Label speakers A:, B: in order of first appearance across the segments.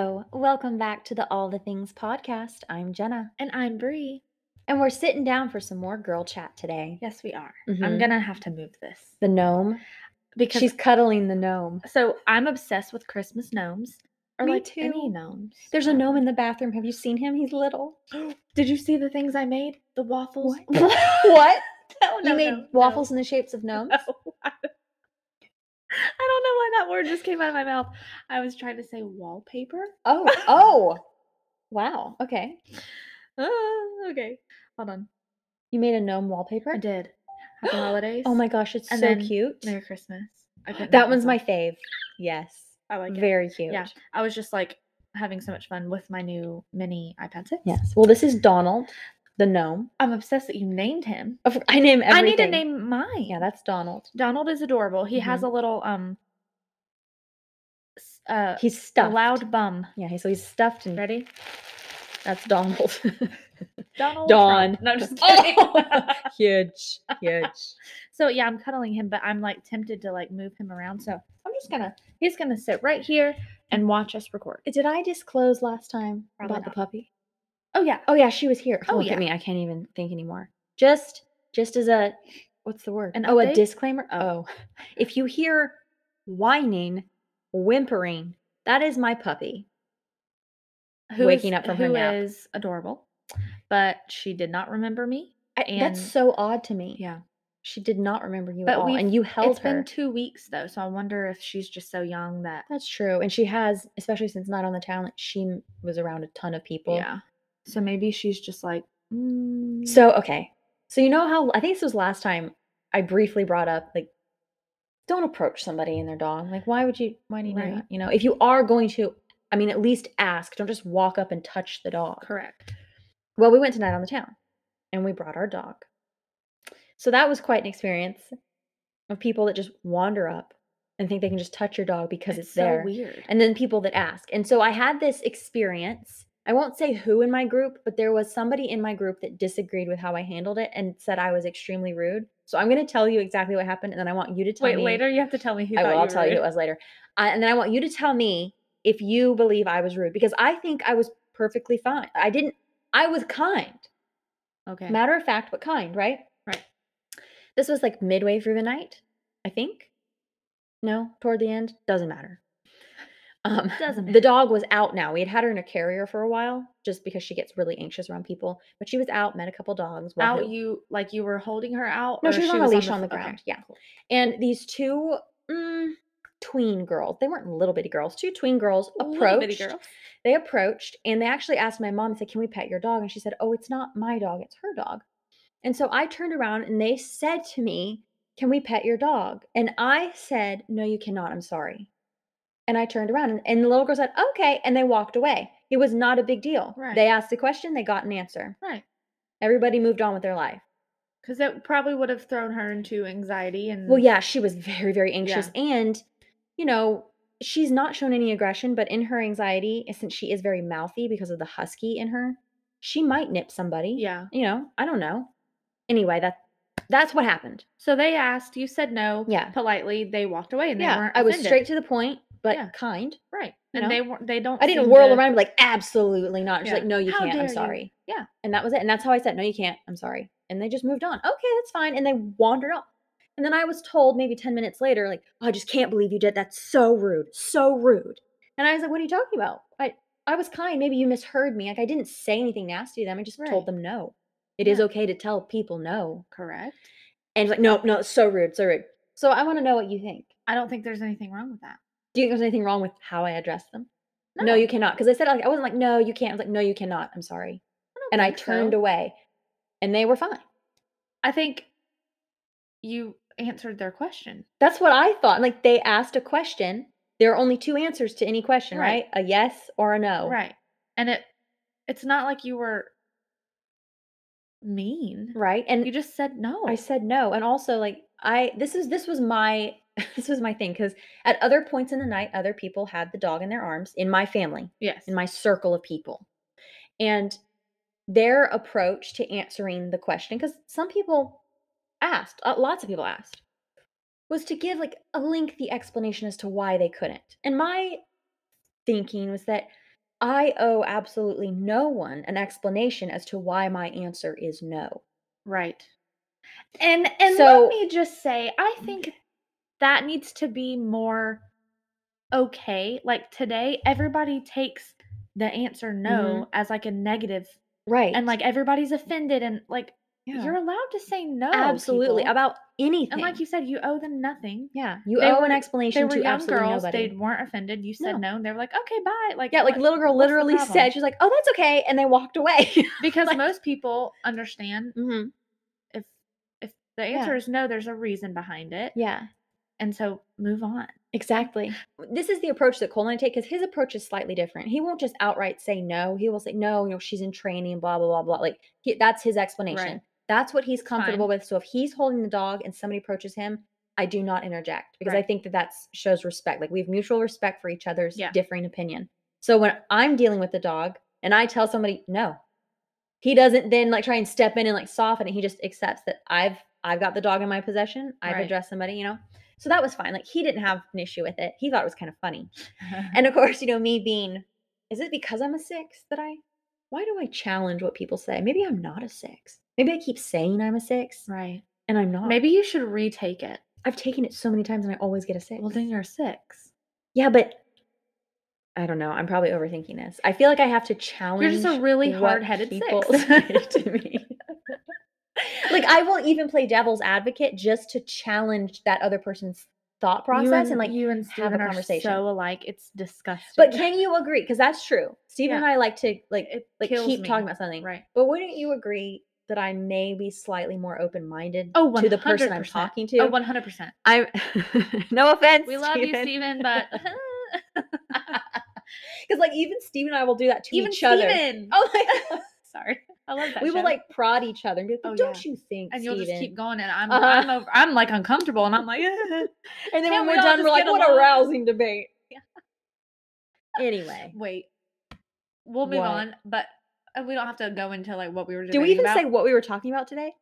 A: Welcome back to the All the Things podcast. I'm Jenna,
B: And I'm Bree.
A: and we're sitting down for some more girl chat today.
B: Yes, we are.
A: Mhm.
B: I'm gonna have to move this
A: The gnome.
B: Mm-hmm. because
A: She's cuddling the gnome.
B: so I'm obsessed with Christmas gnomes or
A: Me
B: like any
A: too.
B: gnomes.
A: There's a gnome in the bathroom. Have you seen him? He's little.
B: Did you see the things I made? The waffles.
A: what?
B: No,
A: you
B: no,
A: made
B: no, no.
A: waffles in the shapes of gnomes?
B: No. I don't know why that word just came out of my mouth. I was trying to say wallpaper.
A: Oh, oh. Wow. Okay.
B: Ah, okay, hold on.
A: You made a gnome wallpaper?
B: I did. Happy holidays.
A: Oh my gosh, it's
B: And
A: so
B: then
A: cute.
B: Merry Christmas. I couldn't
A: That
B: help
A: one's my
B: myself.
A: fave. Yes.
B: I like it.
A: Very cute.
B: Yeah. I was just like having so much fun with my new mini iPad 6.
A: Yes. Well, this is Donald, the gnome.
B: I'm obsessed that you named him.
A: Of- I name everything.
B: I need to name mine.
A: Yeah, that's Donald.
B: Donald is adorable. He has a little um s- uh
A: He's
B: a
A: stuffed.
B: loud bum.
A: Yeah, he- so he's stuffed and
B: Ready?
A: that's Donald.
B: Donald
A: Don.
B: Trump. No, I'm just
A: Oh!
B: kidding.
A: huge, huge.
B: so yeah, I'm cuddling him, but I'm like tempted to like move him around. So I'm just gonna he's gonna sit right here and watch us record.
A: Did I disclose last time
B: Probably
A: about the
B: not.
A: puppy?
B: Oh yeah.
A: Oh yeah, she was here.
B: Oh,
A: Look
B: yeah.
A: at me, I can't even think anymore. Just, just as a, what's the word?
B: An
A: oh, a
B: update?
A: disclaimer. Oh, if you hear whining, whimpering, that is my puppy. waking up from her
B: who
A: nap.
B: is adorable. But she did not remember me.
A: I,
B: And-
A: that's so odd to me.
B: Yeah.
A: She did not remember you at
B: But
A: all,
B: we've-
A: and you held
B: it's
A: her.
B: been two weeks though, so I wonder if she's just so young that
A: That's true. And she has, especially since Not on the Town, like, she m- was around a ton of people.
B: yeah. So maybe she's just like mm,
A: So, okay. So, you know how I think this was last time I briefly brought up like, don't approach somebody and their dog. Like, why would you, why do you do
B: Right.
A: that? You know, if you are going to, I mean, at least ask. Don't just walk up and touch the dog.
B: correct.
A: Well, we went to Night on the Town and we brought our dog. So, that was quite an experience of people that just wander up and think they can just touch your dog because it's,
B: so
A: there.
B: weird.
A: and then people that ask. And so I had this experience. I won't say who in my group, but there was somebody in my group that disagreed with how I handled it and said I was extremely rude. So I'm going to tell you exactly what happened, and then I want you to tell
B: Wait,
A: me.
B: later you have to tell me who.
A: I
B: thought
A: will.
B: you
A: I'll
B: were
A: tell you
B: rude.
A: it was later, I, and then I want you to tell me if you believe I was rude because I think I was perfectly fine. I didn't. I was kind.
B: Okay.
A: Matter of fact, but kind, right?
B: Right.
A: This was like midway through the night, I think. No, toward the end. Doesn't matter. Um,
B: Doesn't
A: The
B: matter.
A: dog was out now. We had had her in a carrier for a while just because she gets really anxious around people, but she was out, met a couple dogs.
B: out
A: wahoo.
B: you like you were holding her out.
A: No,
B: or
A: she was on a leash on the
B: f- okay,
A: ground, yeah.
B: cool.
A: And these two mm, tween girls, they weren't little bitty girls, two tween girls
B: Little bitty
A: approached.
B: girl.
A: They approached and they actually asked my mom, they said, Can we pet your dog? And she said, Oh, it's not my dog, it's her dog. And so I turned around and they said to me, Can we pet your dog? And I said, No, you cannot. I'm sorry. And I turned around and, and the little girl said, Okay. And they walked away. It was not a big deal.
B: Right.
A: They asked the question, they got an answer.
B: Right.
A: Everybody moved on with their life.
B: Because that probably would have thrown her into anxiety and
A: Well, yeah, she was very, very anxious. And, you know, she's not shown any aggression, but in her anxiety, and since she is very mouthy because of the husky in her, she might nip somebody.
B: yeah.
A: You know, I don't know. Anyway, that that's what happened.
B: So they asked. You said no.
A: Yeah.
B: Politely, they walked away and they
A: yeah.
B: weren't.
A: I was
B: offended.
A: straight to the point, but
B: Yeah.
A: kind.
B: Right.
A: you
B: And
A: know?
B: they weren't. They don't.
A: I didn't
B: seem
A: whirl
B: to-
A: around and be like, absolutely not. She's
B: Yeah.
A: like, no, you
B: How
A: can't.
B: dare
A: I'm
B: you."
A: sorry.
B: Yeah.
A: And that was it. And that's how I said, no, you can't. I'm sorry. And they just moved on. Okay, that's fine. And they wandered off. And then I was told maybe 10 minutes later, like, "Oh, I just can't believe you did. That's so rude. So rude. And I was like, what are you talking about? I, I was kind. Maybe you misheard me. Like, I didn't say anything nasty to them. I just told
B: Right.
A: them no. It is
B: Yeah.
A: okay to tell people no.
B: Correct.
A: And it's like, no, no, it's so rude. So rude. So I want to know what you think.
B: I don't think there's anything wrong with that.
A: Do you think there's anything wrong with how I addressed them? No, you cannot. Because I said, like, I wasn't like, no, you can't. I was like, no, you cannot. I'm sorry.
B: don't
A: and I
B: think so.
A: turned away, and they were fine.
B: I think you answered their question.
A: That's what I thought. Like they asked a question. There are only two answers to any question, right? A
B: Right.
A: yes or a no.
B: Right. And it it's not like you were mean.
A: Right. And
B: You just said no.
A: I said no. And also, like I this is this was my this was my thing because at other points in the night, other people had the dog in their arms in my family.
B: yes.
A: in my circle of people. And their approach to answering the question, because some people asked, uh, lots of people asked, was to give like a lengthy explanation as to why they couldn't. And my thinking was that I owe absolutely no one an explanation as to why my answer is no.
B: Right. And and
A: So-
B: let me just say, I think that needs to be more okay. Like today, everybody takes the answer no as like a negative,
A: Mm-hmm. Right.
B: and like everybody's offended, and like
A: Yeah.
B: you're allowed to say no.
A: absolutely
B: Oh, people.
A: about anything.
B: and like you said, you owe them nothing.
A: yeah, you
B: they
A: owe
B: were-
A: an
B: they
A: explanation
B: They were
A: to
B: young
A: absolutely
B: girls;
A: nobody.
B: they weren't offended. You said
A: No.
B: no, and they were like, "Okay, bye." Like
A: yeah, like
B: what-
A: little girl
B: what's the
A: literally
B: problem?
A: said she's like, "Oh, that's okay," and they walked away.
B: because
A: like-
B: most people understand
A: mm-hmm.
B: if if the answer is no, there's a reason behind it,
A: Yeah,
B: and so move on.
A: exactly. This is the approach that Cole and I take because his approach is slightly different. He won't just outright say no. He will say, "No, you know, she's in training, blah blah blah blah." Like he, that's his explanation. That's what he's
B: fine.
A: comfortable with. So if he's holding the dog and somebody approaches him, I do not interject because I
B: Right.
A: think that that shows respect. Like we have mutual respect for each other's
B: Yeah.
A: differing opinion. So when I'm dealing with the dog and I tell somebody no, he doesn't then like try and step in and like soften it. He just accepts that I've I've got the dog in my possession. I've
B: Right.
A: addressed somebody, you know. So that was fine. Like he didn't have an issue with it. He thought it was kind of funny. And of course, you know, me being is it because I'm a six that I why do I challenge what people say? Maybe I'm not a six. Maybe I keep saying I'm a six
B: Right.
A: and I'm not.
B: Maybe you should retake it.
A: I've taken it so many times and I always get a six.
B: Well, then you're a six.
A: yeah, but I don't know. I'm probably overthinking this. I feel like I have to challenge.
B: You're just a really
A: what
B: hard headed
A: people
B: six.
A: say to me. like I will even play devil's advocate just to challenge that other person's thought process and like
B: you and
A: have a
B: Steven are
A: conversation.
B: so alike. It's disgusting.
A: But can you agree? Because that's true. Steve
B: Yeah.
A: and I like to like
B: it
A: like
B: kills
A: keep
B: me.
A: talking about something.
B: right?
A: But wouldn't you agree that I may be slightly more open minded
B: Oh,
A: to the person I'm
B: 100%.
A: talking to?
B: Oh, 100 percent.
A: I'm no offense.
B: We love you,
A: Steven.
B: Steven, but
A: Because like even Steve and I will do that to
B: even
A: each other.
B: Steven.
A: Oh my god.
B: sorry. I love that.
A: We will
B: show.
A: like prod each other and be like, "But
B: Oh,
A: don't you think
B: and you'll just keep
A: Steven?"
B: going, and I'm
A: Uh-huh.
B: I'm over, I'm like uncomfortable, and I'm like,
A: And then
B: Can't
A: when
B: we
A: we're
B: all
A: done,
B: just
A: we're like,
B: get
A: what a
B: along?"
A: rousing debate.
B: Yeah.
A: Anyway.
B: wait, we'll move
A: What?
B: on, but uh, we don't have to go into like what we were.
A: Did we
B: debating
A: even
B: about.
A: say what we were talking about Oh. today?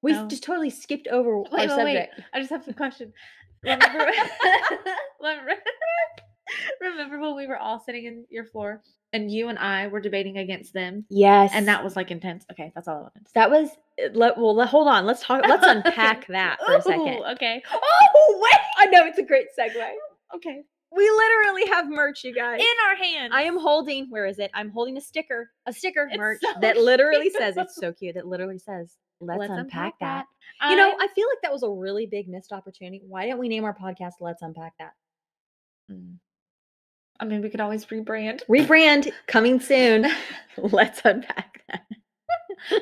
A: We s-
B: No.
A: just totally skipped over our
B: wait, wait, wait.
A: subject.
B: I just have a question. Remember, remember, remember when we were all sitting in your floor and you and I were debating against them,
A: Yes.
B: and that was like intense. Okay, that's all I wanted. To say.
A: that was uh, let, well let, hold on. Let's talk let's unpack that for a second.
B: Ooh, Okay.
A: Oh wait! I know it's a great segue.
B: Okay.
A: We literally have merch, you guys.
B: In our hand.
A: I am holding, where is it? I'm holding a sticker, a sticker
B: It's
A: merch
B: so
A: that literally
B: cute.
A: says it's so cute. That literally says, let's, unpack, that.
B: that.
A: You know,
B: I-
A: I feel like that was a really big missed opportunity. Why didn't we name our podcast Let's Unpack That?
B: Mm. I mean, we could always rebrand.
A: Rebrand coming soon. Let's unpack that.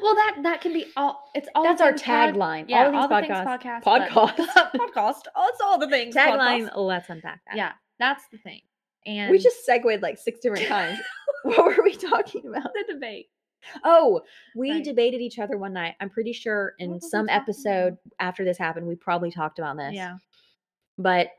B: well, that that can be all. It's all.
A: That's our
B: things pod-
A: tagline.
B: yeah,
A: all of these podcasts.
B: things podcast.
A: podcast.
B: but- podcast. Oh, it's all the things.
A: Tagline,
B: podcast.
A: let's unpack that.
B: Yeah, that's the thing. And
A: We just segued like six different times. what were we talking about?
B: the debate.
A: Oh, we
B: Right.
A: debated each other one night. I'm pretty sure
B: What
A: in
B: was we
A: some
B: talking about?
A: episode after this happened, we probably talked about this.
B: Yeah.
A: But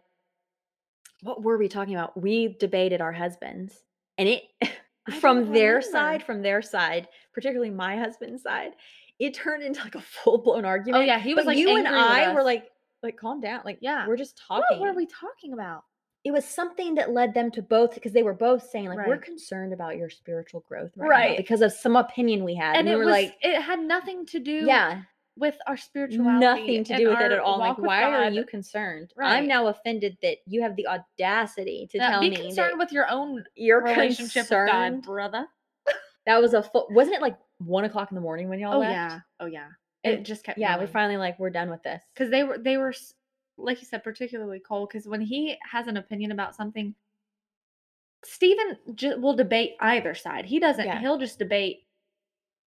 A: what were we talking about? We debated our husbands. And it
B: I
A: from
B: don't
A: their
B: remember.
A: side, from their side, particularly my husband's side, it turned into like a full-blown
B: Oh
A: argument.
B: yeah, he was
A: but
B: like
A: you and
B: angry with
A: I were
B: us.
A: like like calm down. Like
B: Yeah.
A: we're just talking.
B: what were we talking about?
A: It was something that led them to both because they were both saying like we're
B: Right.
A: concerned about your spiritual growth right, now
B: Right.
A: because of some opinion we had.
B: And,
A: we
B: it
A: were
B: was
A: like
B: it had nothing to do
A: yeah,
B: with our spirituality.
A: nothing to
B: and
A: do with it
B: our
A: at all. Like,
B: walk with
A: why are
B: God.
A: you concerned?
B: Right.
A: I'm now offended that you have the audacity to
B: Now,
A: tell
B: be
A: me
B: concerned
A: that
B: with your own
A: your
B: relationship with God, brother.
A: That was a full, wasn't it like one o'clock in the morning when y'all
B: Oh
A: left?
B: yeah, oh yeah.
A: It-
B: It, just kept.
A: yeah. We're
B: going.
A: finally like we're done with this.
B: because they were they were s- like you said particularly cole because when he has an opinion about something stephen j- will debate either side he doesn't
A: Yeah.
B: he'll just debate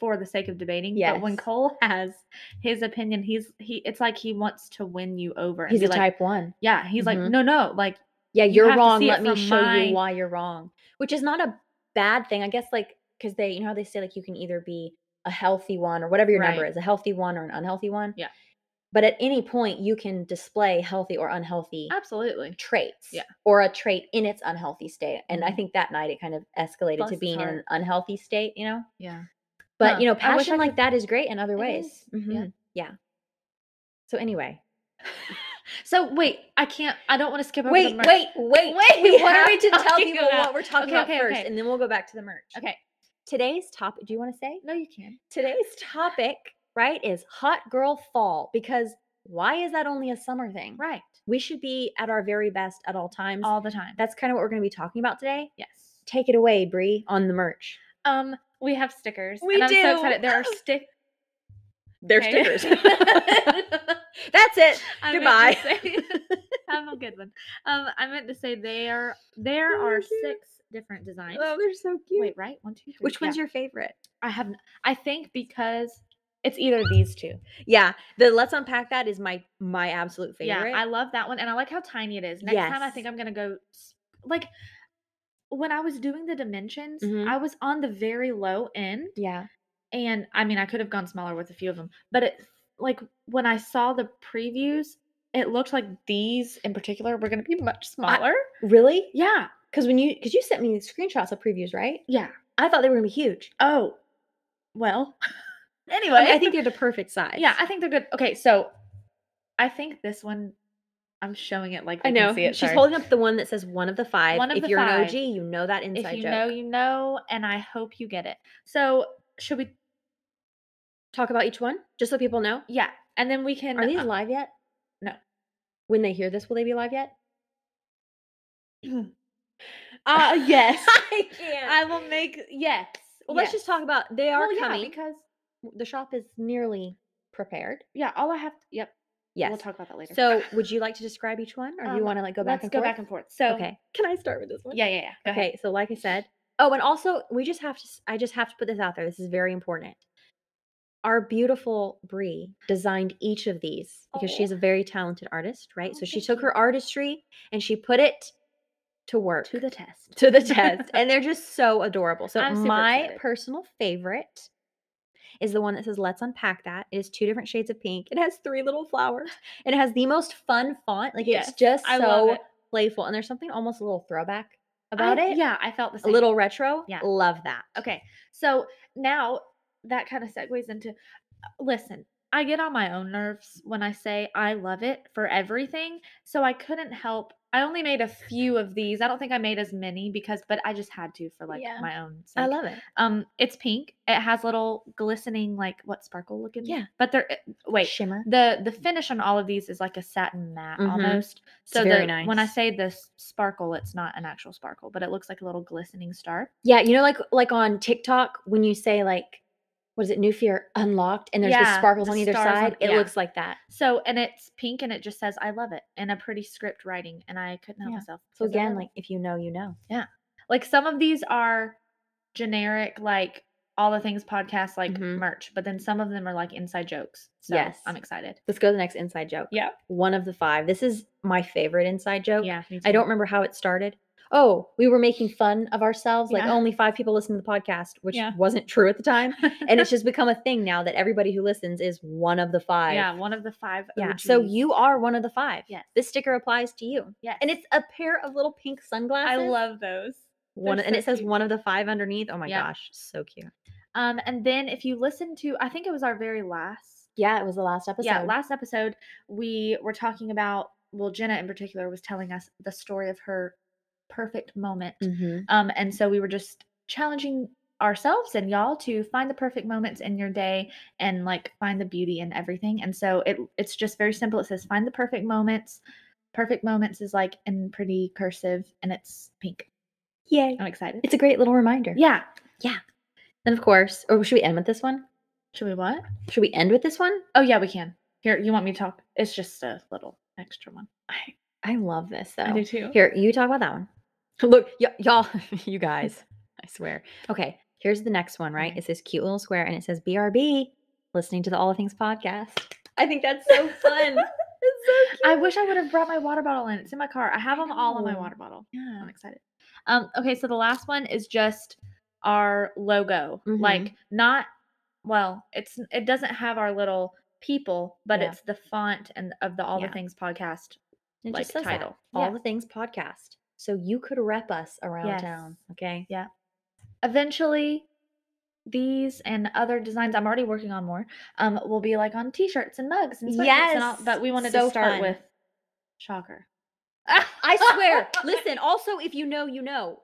B: for the sake of debating but when
A: Yes.
B: cole has his opinion he's he it's like he wants to win you over and
A: he's
B: be
A: a
B: like,
A: type one.
B: yeah he's
A: Mhm.
B: like no no like
A: Yeah,
B: you
A: you're
B: have to
A: wrong.
B: see it
A: Let me
B: from
A: show
B: my-
A: you why you're wrong, which is not a bad thing, I guess. Like because they, you know how they say like you can either be a healthy one or whatever your number
B: Right.
A: is, a healthy one or an unhealthy one.
B: Yeah.
A: But at any point, you can display healthy or unhealthy
B: absolutely
A: traits
B: Yeah.
A: or a trait in its unhealthy state. And I
B: Mhm.
A: think that night it kind of escalated
B: Bless
A: to
B: his
A: being in
B: heart.
A: an unhealthy state, you know?
B: yeah
A: But,
B: Huh.
A: you know,
B: I wish
A: passion
B: I
A: like
B: could-
A: that is great in other
B: It
A: ways.
B: is, yeah.
A: Mhm, yeah. So, anyway,
B: So wait, I can't. I don't want to skip over the
A: Wait,
B: merch.
A: wait, wait,
B: Wait,
A: We
B: we
A: what are
B: have
A: we to tell
B: talking
A: people
B: about-
A: what we're talking
B: Okay,
A: about
B: okay,
A: first,
B: okay.
A: and then we'll go back to the merch.
B: Okay.
A: Today's topic. Do you want to say?
B: No, you can.
A: Today's topic, right, is hot girl fall because why is that only a summer thing?
B: Right.
A: We should be at our very best at all times.
B: All the time.
A: That's kind of what we're going to be talking about today.
B: yes.
A: Take it away, Bree, on the merch.
B: Um, we have stickers.
A: We
B: and I'm
A: do.
B: so excited. There are stick.
A: They're
B: Okay.
A: stickers. That's it.
B: I meant
A: Goodbye.
B: to say- have a good one. Um, I meant to say there there
A: Oh,
B: are
A: cute.
B: six different designs.
A: oh, they're so cute.
B: Wait, right? One, two, three.
A: Which one's your favorite?
B: I have. n- I think because it's either these two.
A: Yeah, the let's unpack that is my my absolute favorite.
B: Yeah, I love that one, and I like how tiny it is. Next time, I
A: Yes.
B: think I'm gonna go s- like when I was doing the dimensions,
A: Mhm.
B: I was on the very low end,
A: yeah.
B: and I mean, I could have gone smaller with a few of them, but it like when I saw the previews, it looked like these in particular were gonna be much smaller.
A: Really?
B: yeah,
A: Because when you because you sent me screenshots of previews, right?
B: yeah.
A: I thought they were gonna be huge.
B: Oh, well. anyway,
A: I, mean, I think they're the perfect size.
B: yeah, I think they're good. Okay, so I think this one. I'm showing it like
A: I
B: they
A: know.
B: Can see it.
A: She's
B: sorry.
A: holding up the one that says one of the five.
B: One of
A: if
B: the
A: you're an
B: five.
A: OG, you know that inside
B: if you
A: joke.
B: know you know and i hope you get it so should we
A: Talk about each one, just so people know.
B: yeah and then we can uh,
A: Are these live yet?
B: no.
A: When they hear this, will they be live yet?
B: uh yes
A: I can't.
B: i will make yes
A: well, let's just talk about they are
B: Well, yeah,
A: coming.
B: because
A: the shop is nearly prepared.
B: yeah all i have yep
A: Yes.
B: we'll talk about that later
A: so, would you like to describe each one, or do you
B: Um,
A: want to like go back
B: let's
A: and
B: go
A: forth?
B: back and forth so
A: okay. Can I start with this one?
B: yeah yeah yeah go
A: okay.
B: ahead.
A: So, like I said. Oh, and also, we just have to. s- I just have to put this out there. This is very important. Our beautiful Brie designed each of these because she
B: Oh.
A: is a very talented artist, right?
B: Oh,
A: so she
B: thank
A: took her
B: you.
A: artistry and she put it to work
B: to the test
A: to the test and they're just so adorable so
B: I'm super
A: my
B: excited.
A: personal favorite is the one that says let's unpack that it is two different shades of pink it has three little flowers and it has the most fun font like
B: Yes,
A: it's just
B: I love
A: so
B: it.
A: playful and there's something almost a little throwback about
B: I-
A: it
B: yeah i felt the
A: a
B: same
A: little retro
B: Yeah.
A: love that
B: okay so now that kind of segues into uh, listen i get on my own nerves when i say i love it for everything so i couldn't help i only made a few of these i don't think i made as many because but i just had to for like
A: Yeah.
B: my own sake.
A: i love it
B: um it's pink it has little glistening like what sparkle looking
A: Yeah.
B: but they're eh, wait
A: shimmer
B: the the finish on all of these is like a satin matte
A: Mhm.
B: almost. So
A: very
B: the, when I
A: nice.
B: say this sparkle, it's not an actual sparkle, but it looks like a little glistening star.
A: yeah you know like like on tiktok when you say like what is it new fear unlocked and there's the
B: Yeah,
A: sparkles
B: the
A: on either
B: stars on-
A: side it
B: yeah.
A: looks like that
B: So, and it's pink and it just says, I love it, and a pretty script writing. And I couldn't help
A: Yeah.
B: myself.
A: so
B: 'cause I
A: again
B: love it.
A: like if you know you know
B: like some of these are generic, like all the things podcast, like
A: Mhm.
B: merch, but then some of them are like inside jokes. So
A: Yes.
B: I'm excited.
A: let's go to the next inside joke
B: Yeah.
A: one of the five. This is my favorite inside joke.
B: Yeah. me
A: I
B: too.
A: don't remember how it started. Oh, we were making fun of ourselves. Like
B: Yeah.
A: only five people listen to the podcast, which
B: Yeah.
A: wasn't true at the time. and it's just become a thing now that everybody who listens is one of the five.
B: Yeah. One of the five.
A: Yeah. So
B: OGs.
A: you are one of the five.
B: Yes.
A: This sticker applies to you.
B: Yes.
A: And it's a pair of little pink sunglasses.
B: I love those.
A: one
B: they're
A: and
B: so
A: it says
B: cute.
A: one of the five underneath. Oh my
B: Yeah.
A: gosh. So cute.
B: Um, and then if you listen to, I think it was our very last
A: Yeah, it was the last episode.
B: Yeah, last episode we were talking about well, Jenna in particular was telling us the story of her perfect moment.
A: Mhm.
B: Um, and so we were just challenging ourselves and y'all to find the perfect moments in your day and like find the beauty in everything. And so it it's just very simple. It says find the perfect moments. Perfect moments is like in pretty cursive and it's pink.
A: Yay.
B: I'm excited.
A: It's a great little reminder.
B: Yeah.
A: And of course, or should we end with this one?
B: Should we what?
A: Should we end with this one?
B: Oh yeah, we can. Here, you want me to talk? It's just a little extra one. Oh. I,
A: I love this though.
B: I do too.
A: Here, you talk about that one. Look, y- y'all, you guys, I swear. Okay, here's the next one, right?
B: Okay.
A: It's this cute little square and it says BRB, listening to the All the Things podcast. I think that's so fun. it's so
B: I wish I would have brought my water bottle in. It's in my car. I have
A: I
B: them all on my
A: know.
B: water bottle.
A: Yeah.
B: I'm excited. Um, okay, so the last one is just our logo.
A: Mhm.
B: Like not well, it's it doesn't have our little people, but
A: Yeah.
B: it's the font and of the All
A: Yeah.
B: the Things podcast.
A: It
B: Like
A: just says that,
B: title.
A: All
B: Yeah.
A: the Things podcast. So you could rep us around
B: Yes.
A: town, okay?
B: Eventually these and other designs I'm already working on more um will be like on t-shirts and mugs and sweatshirts and all,
A: Yes,
B: but we wanted
A: so
B: to start
A: fun.
B: with Shocker.
A: I swear. Listen, also, if you know, you know.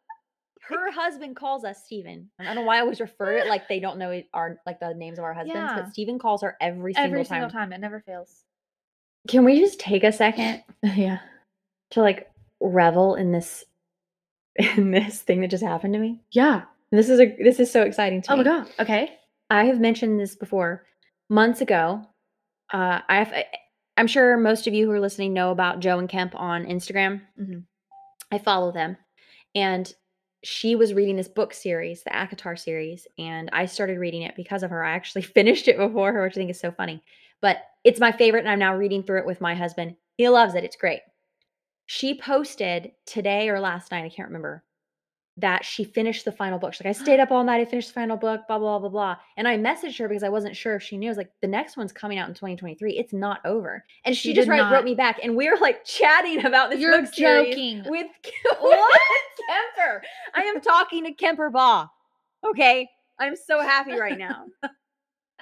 A: Her husband calls us Steven. I don't know why I always refer it like they don't know it- our like the names of our husbands,
B: Yeah.
A: but Steven calls her every single,
B: Every
A: time.
B: single time. It never fails.
A: Can we just take a second
B: yeah.
A: to like revel in this in this thing that just happened to me?
B: Yeah.
A: This is a this is so exciting to
B: Oh
A: me.
B: my god. Okay.
A: I have mentioned this before months ago. Uh, I have, I- I'm sure most of you who are listening know about Joe and Kemp on Instagram.
B: Mhm.
A: I follow them, and she was reading this book series, the ACOTAR series, and I started reading it because of her. I actually finished it before her, which I think is so funny. But it's my favorite, and I'm now reading through it with my husband. He loves it. It's great. She posted today or last night, I can't remember, that she finished the final book. She's like, I stayed up all night, I finished the final book, blah, blah, blah, blah. And I messaged her because I wasn't sure if she knew. I was like, the next one's coming out in 2023. It's not over. And she,
B: She
A: just
B: did
A: right,
B: not-
A: wrote me back, and we were like chatting about this
B: You're
A: book series
B: joking.
A: with, what? Kemper. I am talking to Kemper Ba. Okay. I'm so happy right now.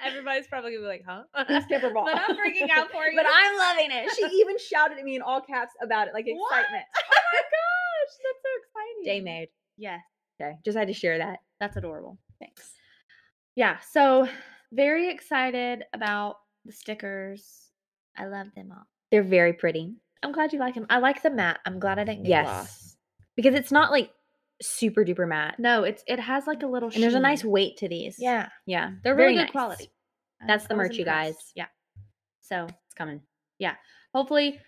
B: Everybody's probably gonna be like, huh?
A: Who's Kemper Ba?
B: But I'm freaking out for you.
A: But I'm loving it. She even shouted at me in all caps about it, like
B: What?
A: excitement.
B: oh my gosh, that's so exciting.
A: Day made.
B: Yes,
A: Okay. Just had to share that.
B: that's adorable.
A: Thanks.
B: Yeah, so very excited about the stickers. I love them all.
A: They're very pretty.
B: I'm glad you like them. I like the matte. I'm glad I didn't get
A: Yes.
B: gloss.
A: because it's not like super duper matte.
B: No, it's it has like a little.
A: And there's a nice
B: sheen.
A: weight to these.
B: Yeah,
A: Yeah. They're
B: they're
A: very
B: really good
A: nice.
B: quality. I-
A: That's the
B: I was
A: merch, you
B: impressed.
A: guys.
B: Yeah. So
A: It's coming.
B: hopefully,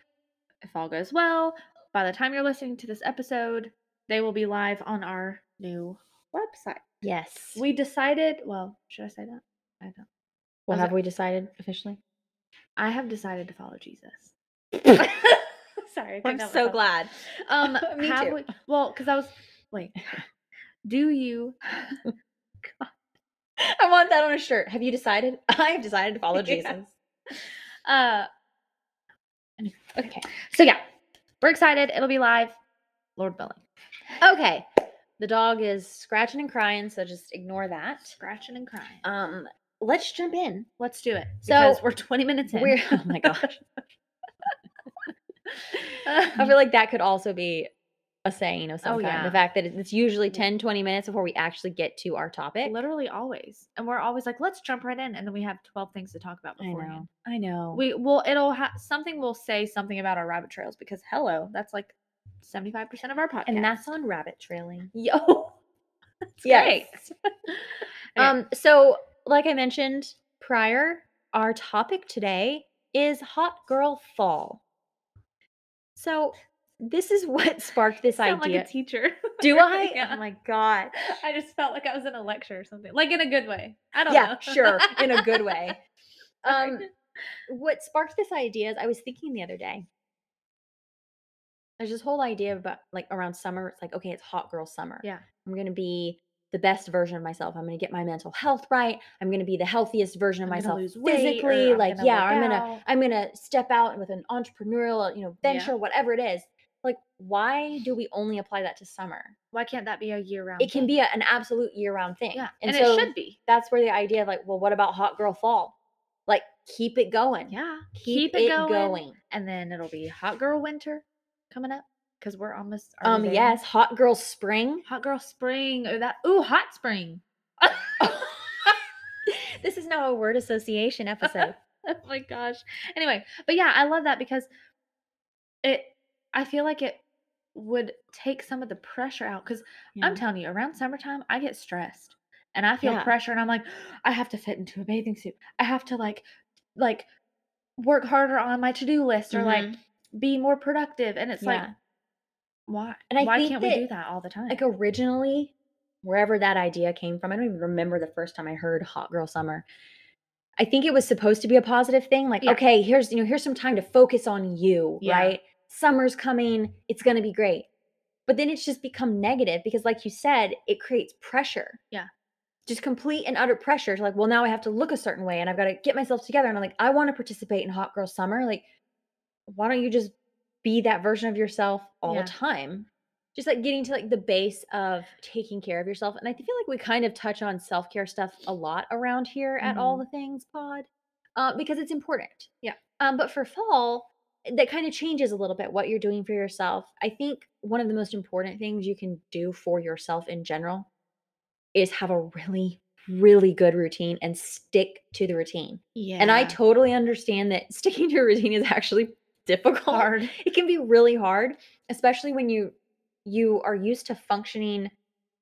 B: if all goes well, by the time you're listening to this episode, they will be live on our new website.
A: Yes.
B: We decided. Well, should I say that? I don't.
A: well,
B: was
A: have
B: it-
A: we decided officially?
B: I have decided to follow Jesus. Sorry, I
A: I'm
B: couldn't help
A: so
B: myself.
A: glad.
B: Um,
A: Me
B: have
A: too.
B: we- well, because I was wait. Do you?
A: I want that on a shirt. Have you decided? I've decided to follow
B: Yeah.
A: Jesus.
B: Uh,
A: Okay.
B: so yeah, we're excited. It'll be live, Lord willing.
A: Okay. The dog is scratching and crying, so just ignore that.
B: Scratching and crying.
A: Um, let's jump in.
B: Let's do it.
A: So,
B: because we're 20 minutes in.
A: We're oh my gosh. I
B: Um,
A: feel like that could also be a saying of some
B: Oh,
A: kind.
B: yeah.
A: The fact that it's usually
B: Yeah.
A: 10, 20 minutes before we actually get to our topic.
B: literally always, and we're always like, let's jump right in, and then we have 12 things to talk about
A: I
B: beforehand.
A: know. I know.
B: We will. It'll have something. We'll say something about our rabbit trails because hello, that's like 75 percent of our podcast,
A: and that's on rabbit trailing.
B: yo. That's
A: Yes.
B: great. Okay.
A: Um, so like I mentioned prior, our topic today is hot girl fall. So this is what sparked this
B: sound
A: idea.
B: like a teacher.
A: Do I?
B: Yeah.
A: Oh my god.
B: I just felt like I was in a lecture or something, like in a good way. I don't know.
A: Yeah, sure, in a good way.
B: Sorry.
A: Um, what sparked this idea is I was thinking the other day. There's this whole idea about like around summer. It's like okay, it's hot girl summer.
B: Yeah.
A: I'm gonna be the best version of myself. I'm gonna get my mental health right. I'm gonna be the healthiest version of
B: I'm gonna
A: myself
B: lose weight, or
A: physically.
B: I'm
A: Like
B: gonna
A: yeah,
B: work
A: I'm gonna
B: out.
A: I'm gonna step out with an entrepreneurial you know
B: Yeah.
A: venture, whatever it is. Like why do we only apply that to summer?
B: Why can't that be a year round?
A: It can be a- an absolute year round thing.
B: yeah, and,
A: so
B: it should be.
A: that's where the idea of like, well, what about hot girl fall? Like keep it going.
B: Yeah,
A: Keep, it, going.
B: and then it'll be hot girl winter coming up because we're almost. are we
A: Um,
B: there?
A: yes, hot girl spring.
B: hot girl spring. Oh, that ooh, hot spring.
A: this is now a word association episode.
B: oh my gosh. Anyway, but yeah, I love that because it I feel like it would take some of the pressure out cuz I'm telling you around summertime I get stressed and I feel
A: Yeah.
B: pressure and I'm like I have to fit into a bathing suit. I have to like like work harder on my to-do list or like be more productive and it's like
A: Mm-hmm. Yeah.
B: why
A: And I
B: why
A: think
B: can't
A: that-
B: we do that all the time?
A: like originally, wherever that idea came from, I don't even remember the first time I heard hot girl summer. I think it was supposed to be a positive thing. Like,
B: Yeah.
A: okay, here's you know, here's some time to focus on you,
B: Yeah.
A: right? Summer's coming, it's gonna be great. But then it's just become negative because, like you said, it creates pressure.
B: Yeah.
A: Just complete and utter pressure. It's like, well, now I have to look a certain way and I've got to get myself together. And I'm like, I want to participate in Hot Girl Summer. Like, why don't you just be that version of yourself all
B: Yeah.
A: the time? Just like getting to like the base of taking care of yourself. And I feel like we kind of touch on self care stuff a lot around here at All the Things Pod uh, because it's important.
B: Mm-hmm. Yeah.
A: Um, but for fall, that kind of changes a little bit what you're doing for yourself. I think one of the most important things you can do for yourself in general is have a really, really good routine and stick to the routine.
B: Yeah.
A: And I totally understand that sticking to a routine is actually difficult.
B: hard.
A: It can be really hard, especially when you you are used to functioning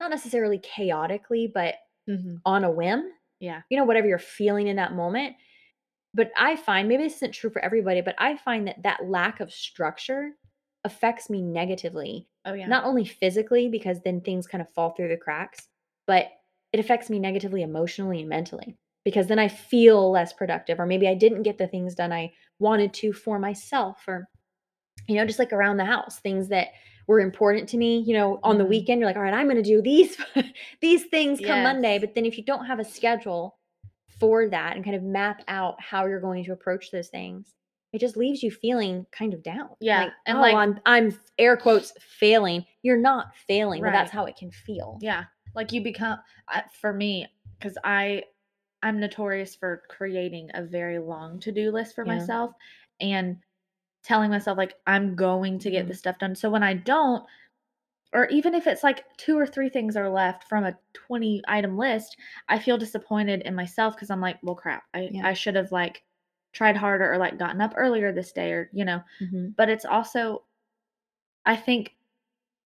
A: not necessarily chaotically, but
B: Mhm.
A: on a whim.
B: Yeah.
A: You know, whatever you're feeling in that moment. But I find, maybe this isn't true for everybody, but I find that that lack of structure affects me negatively,
B: Oh yeah.
A: not only physically, because then things kind of fall through the cracks, but it affects me negatively emotionally and mentally because then I feel less productive, or maybe I didn't get the things done I wanted to for myself, or, you know, just like around the house, things that were important to me, you know, on the
B: Mhm.
A: weekend, you're like, all right, I'm going to do these, these things come Monday.
B: Yes.
A: But then if you don't have a schedule for that and kind of map out how you're going to approach those things, it just leaves you feeling kind of down.
B: Yeah,
A: Like,
B: and
A: oh,
B: like-
A: I'm, I'm air quotes failing. You're not failing, but that's
B: Right.
A: how it can feel.
B: Yeah. Like you become I- for me cuz I I'm notorious for creating a very long to-do list for
A: Yeah.
B: myself and telling myself like I'm going to get
A: Mhm.
B: this stuff done. So when I don't or even if it's like two or three things are left from a 20 item list, I feel disappointed in myself cuz I'm like, well crap. I
A: Yeah.
B: I should have like tried harder or like gotten up earlier this day or you know,
A: Mm-hmm.
B: but it's also i think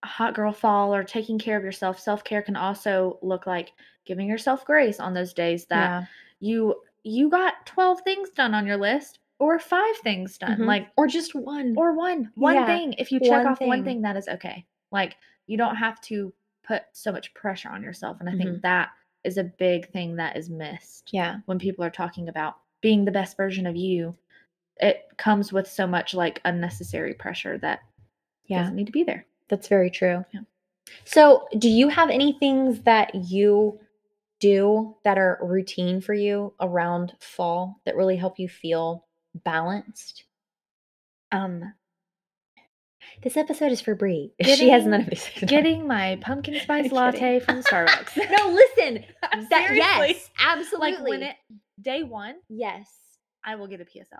B: hot girl fall or taking care of yourself self-care can also look like giving yourself grace on those days that you you got 12 things done on your list or five things done
A: Mhm.
B: like
A: or just one.
B: or one one
A: Yeah,
B: thing if you check
A: one
B: off one
A: thing.
B: thing that is okay like you don't have to put so much pressure on yourself and i
A: Mm-hmm.
B: think that is a big thing that is missed
A: yeah.
B: when people are talking about being the best version of you it comes with so much like unnecessary pressure that
A: Yeah.
B: doesn't need to be there.
A: That's very true.
B: Yeah.
A: So, do you have any things that you do that are routine for you around fall that really help you feel balanced?
B: Um,
A: This episode is for Brie. she has none of these. things.
B: getting my pumpkin spice
A: kidding.
B: latte from Starbucks.
A: no, listen.
B: I'm
A: That,
B: seriously-
A: yes, absolutely.
B: like when it day one,
A: yes,
B: I will get a PSL.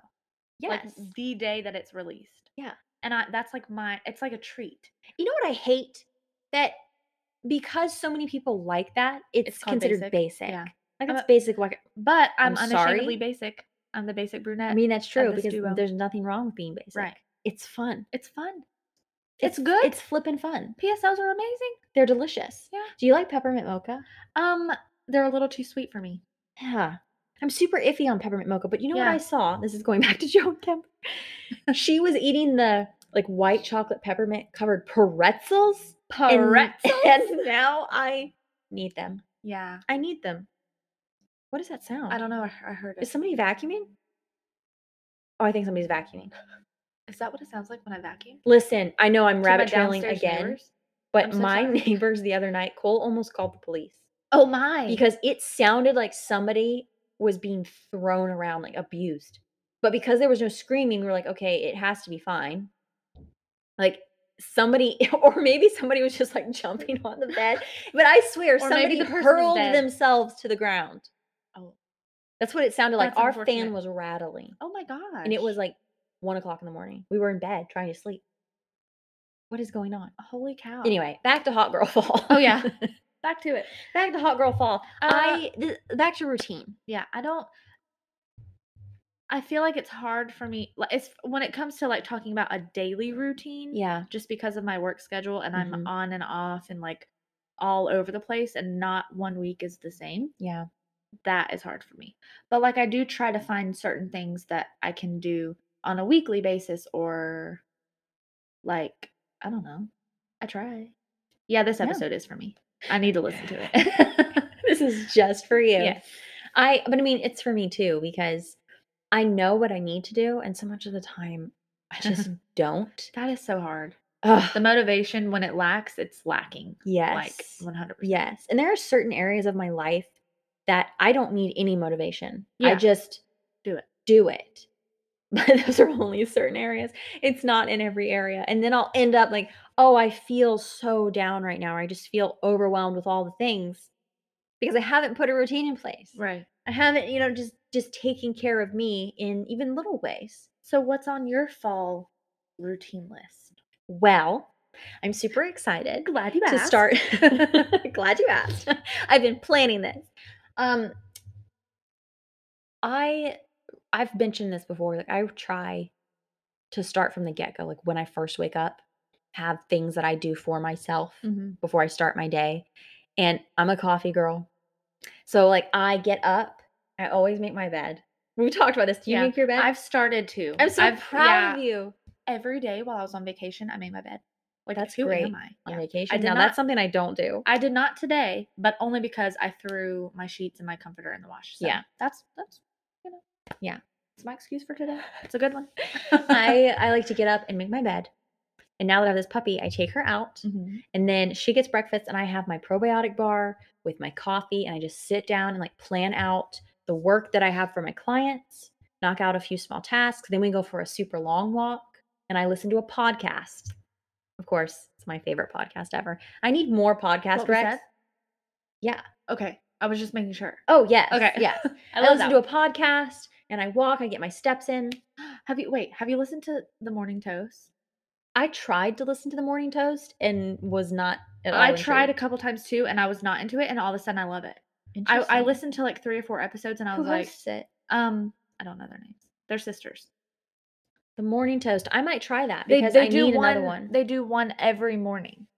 A: yes.
B: like the day that it's released.
A: Yeah.
B: and I that's like my it's like a treat.
A: you know what I hate that because so many people like that, it's,
B: called
A: considered
B: basic.
A: basic.
B: Yeah.
A: Like
B: I'm
A: it's
B: a-
A: basic. Like,
B: But I'm,
A: I'm sorry?
B: unashamedly basic. I'm the basic brunette.
A: I mean, that's true
B: uh, this
A: because
B: duo.
A: there's nothing wrong with being basic.
B: right?
A: It's fun.
B: It's fun. It's good.
A: It's flippin' fun.
B: PSLs are amazing.
A: They're delicious.
B: Yeah.
A: Do you like peppermint mocha?
B: Um, they're a little too sweet for me.
A: Yeah. I'm super iffy on peppermint mocha, but you know
B: Yeah.
A: what I saw? This is going back to Joan Kemper. she was eating the like white chocolate peppermint covered pretzels. and- And
B: Oh,
A: now I need them.
B: yeah,
A: I need them. What does that sound?
B: I don't know. I I heard it.
A: Is somebody vacuuming? Oh, I think somebody's vacuuming.
B: Is that what it sounds like when I vacuum?
A: Listen, I know I'm
B: To my
A: rabbit trailing
B: downstairs
A: again,
B: neighbors? I'm
A: but
B: so
A: my
B: sorry.
A: neighbors the other night, Cole almost called the police.
B: Oh my!
A: because it sounded like somebody was being thrown around, like abused. But because there was no screaming, we were like, okay, it has to be fine. Like somebody, or maybe somebody was just like jumping on the bed. But I swear,
B: Or maybe
A: somebody
B: the person's
A: hurled
B: dead.
A: themselves to the ground.
B: Oh.
A: That's what it sounded like.
B: That's
A: Our fan
B: unfortunate.
A: was rattling,
B: oh my god!
A: and it was like one o'clock in the morning. We were in bed trying to sleep. What is going on?
B: holy cow.
A: Anyway, back to hot girl fall.
B: Oh, yeah. back to it.
A: back to hot girl fall.
B: Uh,
A: I th- back to routine.
B: yeah, I don't. I feel like it's hard for me. like, It's when it comes to like talking about a daily routine.
A: Yeah.
B: Just because of my work schedule and I'm
A: Mhm.
B: on and off and like all over the place and not one week is the same.
A: Yeah.
B: That is hard for me. But like I do try to find certain things that I can do on a weekly basis or like I don't know. I try. Yeah, this
A: Yeah.
B: episode is for me. I need to listen to it.
A: this is just for you.
B: Yeah.
A: I but I mean it's for me too because I know what I need to do and so much of the time I just don't.
B: That is so hard.
A: Ugh,
B: The motivation when it lacks, it's lacking.
A: yes.
B: Like 100%.
A: yes. And there are certain areas of my life that I don't need any motivation. I
B: Yeah.
A: just
B: Do it.
A: Do it. But those are only certain areas. It's not in every area. And then I'll end up like, oh, I feel so down right now. Or I just feel overwhelmed with all the things because I haven't put a routine in place.
B: Right.
A: I haven't, you know, just just taking care of me in even little ways.
B: So what's on your fall routine list?
A: Well, I'm super excited
B: Glad you
A: to start. Glad you asked. I've been planning this. Um, I I've mentioned this before. Like I try to start from the get go. Like when I first wake up, have things that I do for myself
B: hmm
A: before I start my day. And I'm a coffee girl, so like I get up. I always make my bed. We talked about this. Do you
B: Yeah,
A: make your bed?
B: I've started to.
A: I'm so
B: I've,
A: proud
B: yeah,
A: of you.
B: Every day while I was on vacation, I made my bed. Like
A: That's
B: who
A: great
B: am I?
A: on
B: Yeah.
A: vacation.
B: did
A: now
B: not-
A: that's something I don't do.
B: I did not today, but only because I threw my sheets and my comforter in the wash. So
A: Yeah.
B: that's that's you know.
A: Yeah.
B: it's my excuse for today. It's a good one.
A: I I like to get up and make my bed. And now that I have this puppy, I take her out
B: Mhm.
A: and then she gets breakfast and I have my probiotic bar with my coffee and I just sit down and like plan out the work that I have for my clients, knock out a few small tasks, then we go for a super long walk and I listen to a podcast. Of course, it's my favorite podcast ever. I need more podcast
B: What was
A: recs.
B: that?
A: Yeah.
B: Okay, I was just making sure.
A: Oh, yes.
B: Okay.
A: Yes.
B: I
A: I,
B: love
A: listen
B: that
A: to a podcast and I walk, I get my steps in.
B: Have you wait? Have you listened to the Morning Toast?
A: I tried to listen to the morning toast and was not at all.
B: I tried a
A: intrigued.
B: couple times too, and I was not into it. And all of a sudden, I love it. I, I
A: Interesting.
B: listened to like three or four episodes, and I
A: Who
B: was like,
A: hosts it?
B: um, I don't know their names. They're sisters.
A: The morning toast. I might try that
B: They
A: because
B: they
A: I
B: do
A: need
B: one,
A: another one.
B: They do one every morning.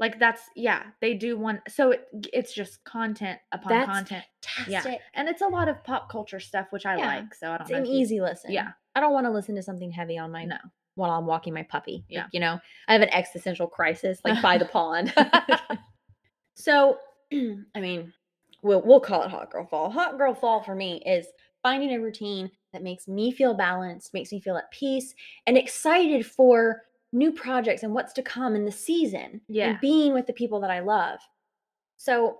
B: Like that's yeah, they do one. So it it's just content upon
A: That's
B: content,
A: Fantastic.
B: and it's a lot of pop culture stuff, which I
A: Yeah.
B: like. So I don't
A: It's
B: know.
A: an
B: if you-
A: easy listen.
B: Yeah.
A: I don't want to listen to something heavy on my
B: No.
A: while I'm walking my puppy.
B: Yeah.
A: Like, you know, I have an existential crisis like by the pond. so, I mean, we'll we'll call it hot girl fall. Hot girl fall for me is finding a routine that makes me feel balanced, makes me feel at peace, and excited for new projects and what's to come in the season.
B: Yeah.
A: And being with the people that I love. So,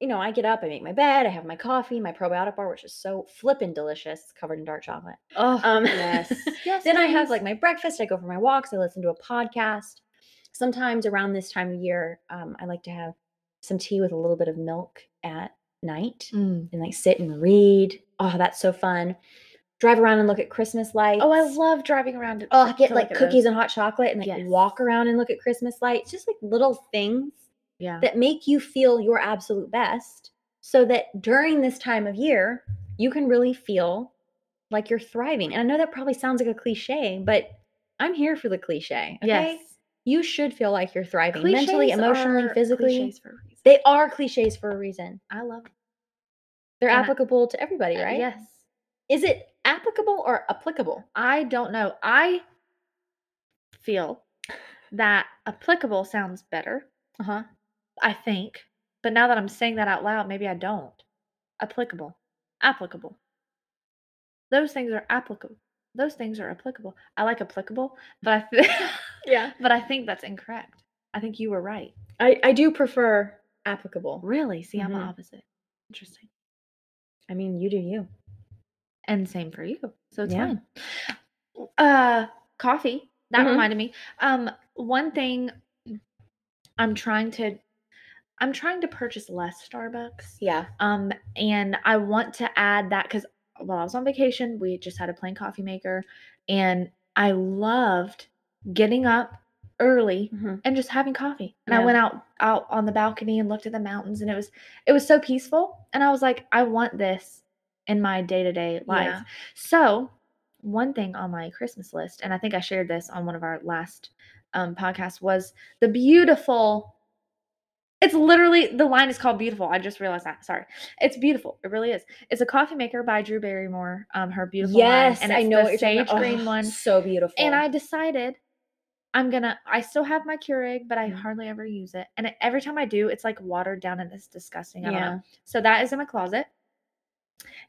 A: you know, I get up, I make my bed, I have my coffee, my probiotic bar, which is so flippin' delicious, it's covered in dark chocolate.
B: Oh
A: Um,
B: yes. yes.
A: Then I have
B: please.
A: like my breakfast. I go for my walks. I listen to a podcast. Sometimes around this time of year, um, I like to have some tea with a little bit of milk at night
B: Mm.
A: and like sit and read. Oh, that's so fun. Drive around and look at Christmas lights.
B: Oh, I love driving around. to-
A: Oh, get
B: to
A: like
B: look at those.
A: cookies and hot chocolate and like
B: Yes.
A: walk around and look at Christmas lights. Just like little things
B: Yeah.
A: that make you feel your absolute best so that during this time of year, you can really feel like you're thriving. And I know that probably sounds like a cliche, but I'm here for the cliche. Okay.
B: Yes.
A: You should feel like you're thriving mentally,
B: Cliches
A: emotionally,
B: are
A: physically.
B: cliches for a reason.
A: They are cliches for a reason.
B: I love
A: They're
B: And I-
A: applicable to everybody,
B: it.
A: right?
B: Yes.
A: Is it applicable or applicable?
B: I don't know. I feel that applicable sounds better,
A: Uh huh.
B: Uh-huh. I think. But now that I'm saying that out loud, maybe I don't. Applicable. Applicable. Those things are applicable. Those things are applicable. I like applicable, but I th-
A: Yeah.
B: but I think that's incorrect. I think you were right.
A: I, I do prefer applicable.
B: Really? See, I'm the
A: Mhm.
B: opposite. Interesting.
A: I mean, you do you.
B: and same for you so it's
A: Yeah.
B: fine uh coffee that
A: Mhm.
B: reminded me um one thing i'm trying to i'm trying to purchase less starbucks
A: Yeah.
B: um and i want to add that because while i was on vacation we just had a plain coffee maker and i loved getting up early
A: hmm
B: and just having coffee. And I
A: Yeah.
B: went out out on the balcony and looked at the mountains and it was it was so peaceful and I was like I want this in my day-to-day life.
A: Yeah.
B: So, one thing on my Christmas list and I think I shared this on one of our last um podcasts was the beautiful it's literally the line is called beautiful. I just realized that. Sorry. It's beautiful. It really is. It's a coffee maker by Drew Barrymore. Um her beautiful line,
A: Yes,
B: and
A: I
B: it's
A: know
B: the
A: what you're talking
B: sage
A: about.
B: green
A: Oh,
B: one.
A: So beautiful.
B: And I decided I'm gonna. I still have my Keurig, but I
A: Mhm.
B: hardly ever use it. And it- every time I do, it's like watered down and it's disgusting. I don't
A: yeah.
B: know. So that is in my closet,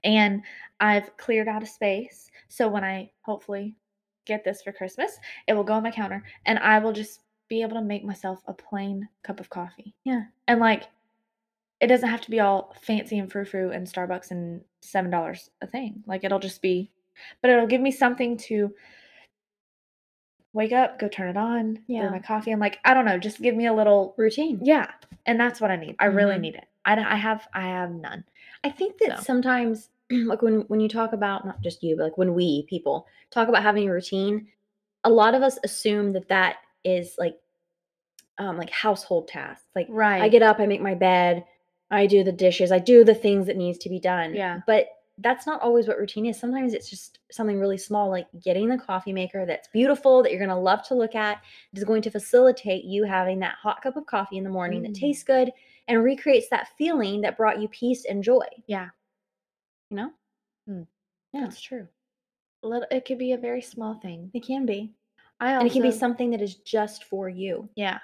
B: and I've cleared out a space. So when I hopefully get this for Christmas, it will go on my counter, and I will just be able to make myself a plain cup of coffee.
A: Yeah.
B: and like. It doesn't have to be all fancy and frou-frou and Starbucks and seven dollars a thing. Like it'll just be, but it'll give me something to wake up, go turn it on,
A: Yeah.
B: brew my coffee. I'm like, I don't know, just give me a little,
A: routine.
B: yeah. And that's what I need. I really
A: Mhm.
B: need it. I, don't- I have, I have none.
A: I think that
B: So.
A: sometimes like when when you talk about not just you, but like when we people talk about having a routine, a lot of us assume that that is like um like household tasks. Like
B: Right.
A: I get up, I make my bed, I do the dishes, I do the things that needs to be done.
B: Yeah.
A: But that's not always what routine is. Sometimes it's just something really small, like getting the coffee maker that's beautiful, that you're going to love to look at, is going to facilitate you having that hot cup of coffee in the morning that
B: Mm.
A: tastes good and recreates that feeling that brought you peace and joy.
B: Yeah.
A: You know?
B: Mm.
A: Yeah,
B: That's true. Little, it could be a very small thing.
A: it can be.
B: I also,
A: And it can be something that is just for you.
B: Yeah.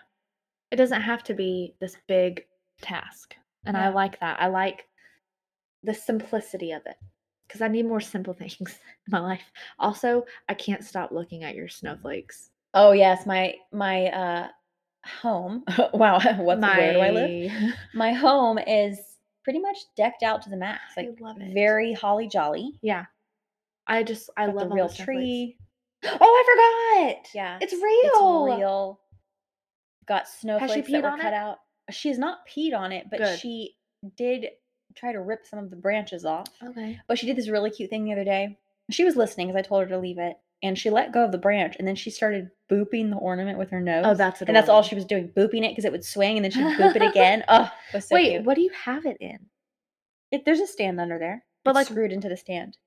B: It doesn't have to be this big task. And I
A: No.
B: like that. I like the simplicity of it because I need more simple things in my life. Also, I can't stop looking at your snowflakes.
A: Oh yes, my my uh home. wow, what's where do I live?
B: My-
A: my home is pretty much decked out to the max.
B: I
A: Like
B: love it.
A: very holly jolly.
B: Yeah. I just, I
A: Got
B: love
A: the
B: all
A: real
B: snowflakes.
A: tree. Oh, I forgot. Yeah,
B: It's real.
A: it's real. Got snowflakes
B: peed
A: that were
B: on
A: cut
B: it?
A: out. She's not peed on it, but
B: Good.
A: she did try to rip some of the branches off.
B: Okay.
A: But she did this really cute thing the other day. She was listening because I told her to leave it, and she let go of the branch, and then she started booping the ornament with her nose.
B: Oh, that's
A: and that's all
B: adorable.
A: she was doing, booping it because it would swing, and then she'd boop it again. Oh, it was so
B: Wait,
A: cute.
B: what do you have it in?
A: It, there's a stand under there,
B: But,
A: but
B: like-
A: like screwed into the stand.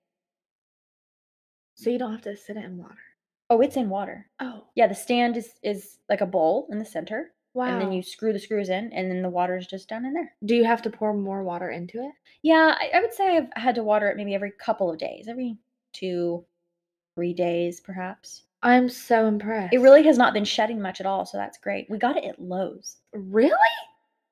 B: So you don't have to sit it in water.
A: Oh, it's in water.
B: Oh,
A: Yeah, the stand is is like a bowl in the center,
B: wow.
A: and then you screw the screws in, and then the water is just down in there.
B: do you have to pour more water into it?
A: Yeah, I, I would say I've had to water it maybe every couple of days, every two, three days perhaps.
B: I'm so impressed.
A: It really has not been shedding much at all, so that's great. We got it at Lowe's.
B: really?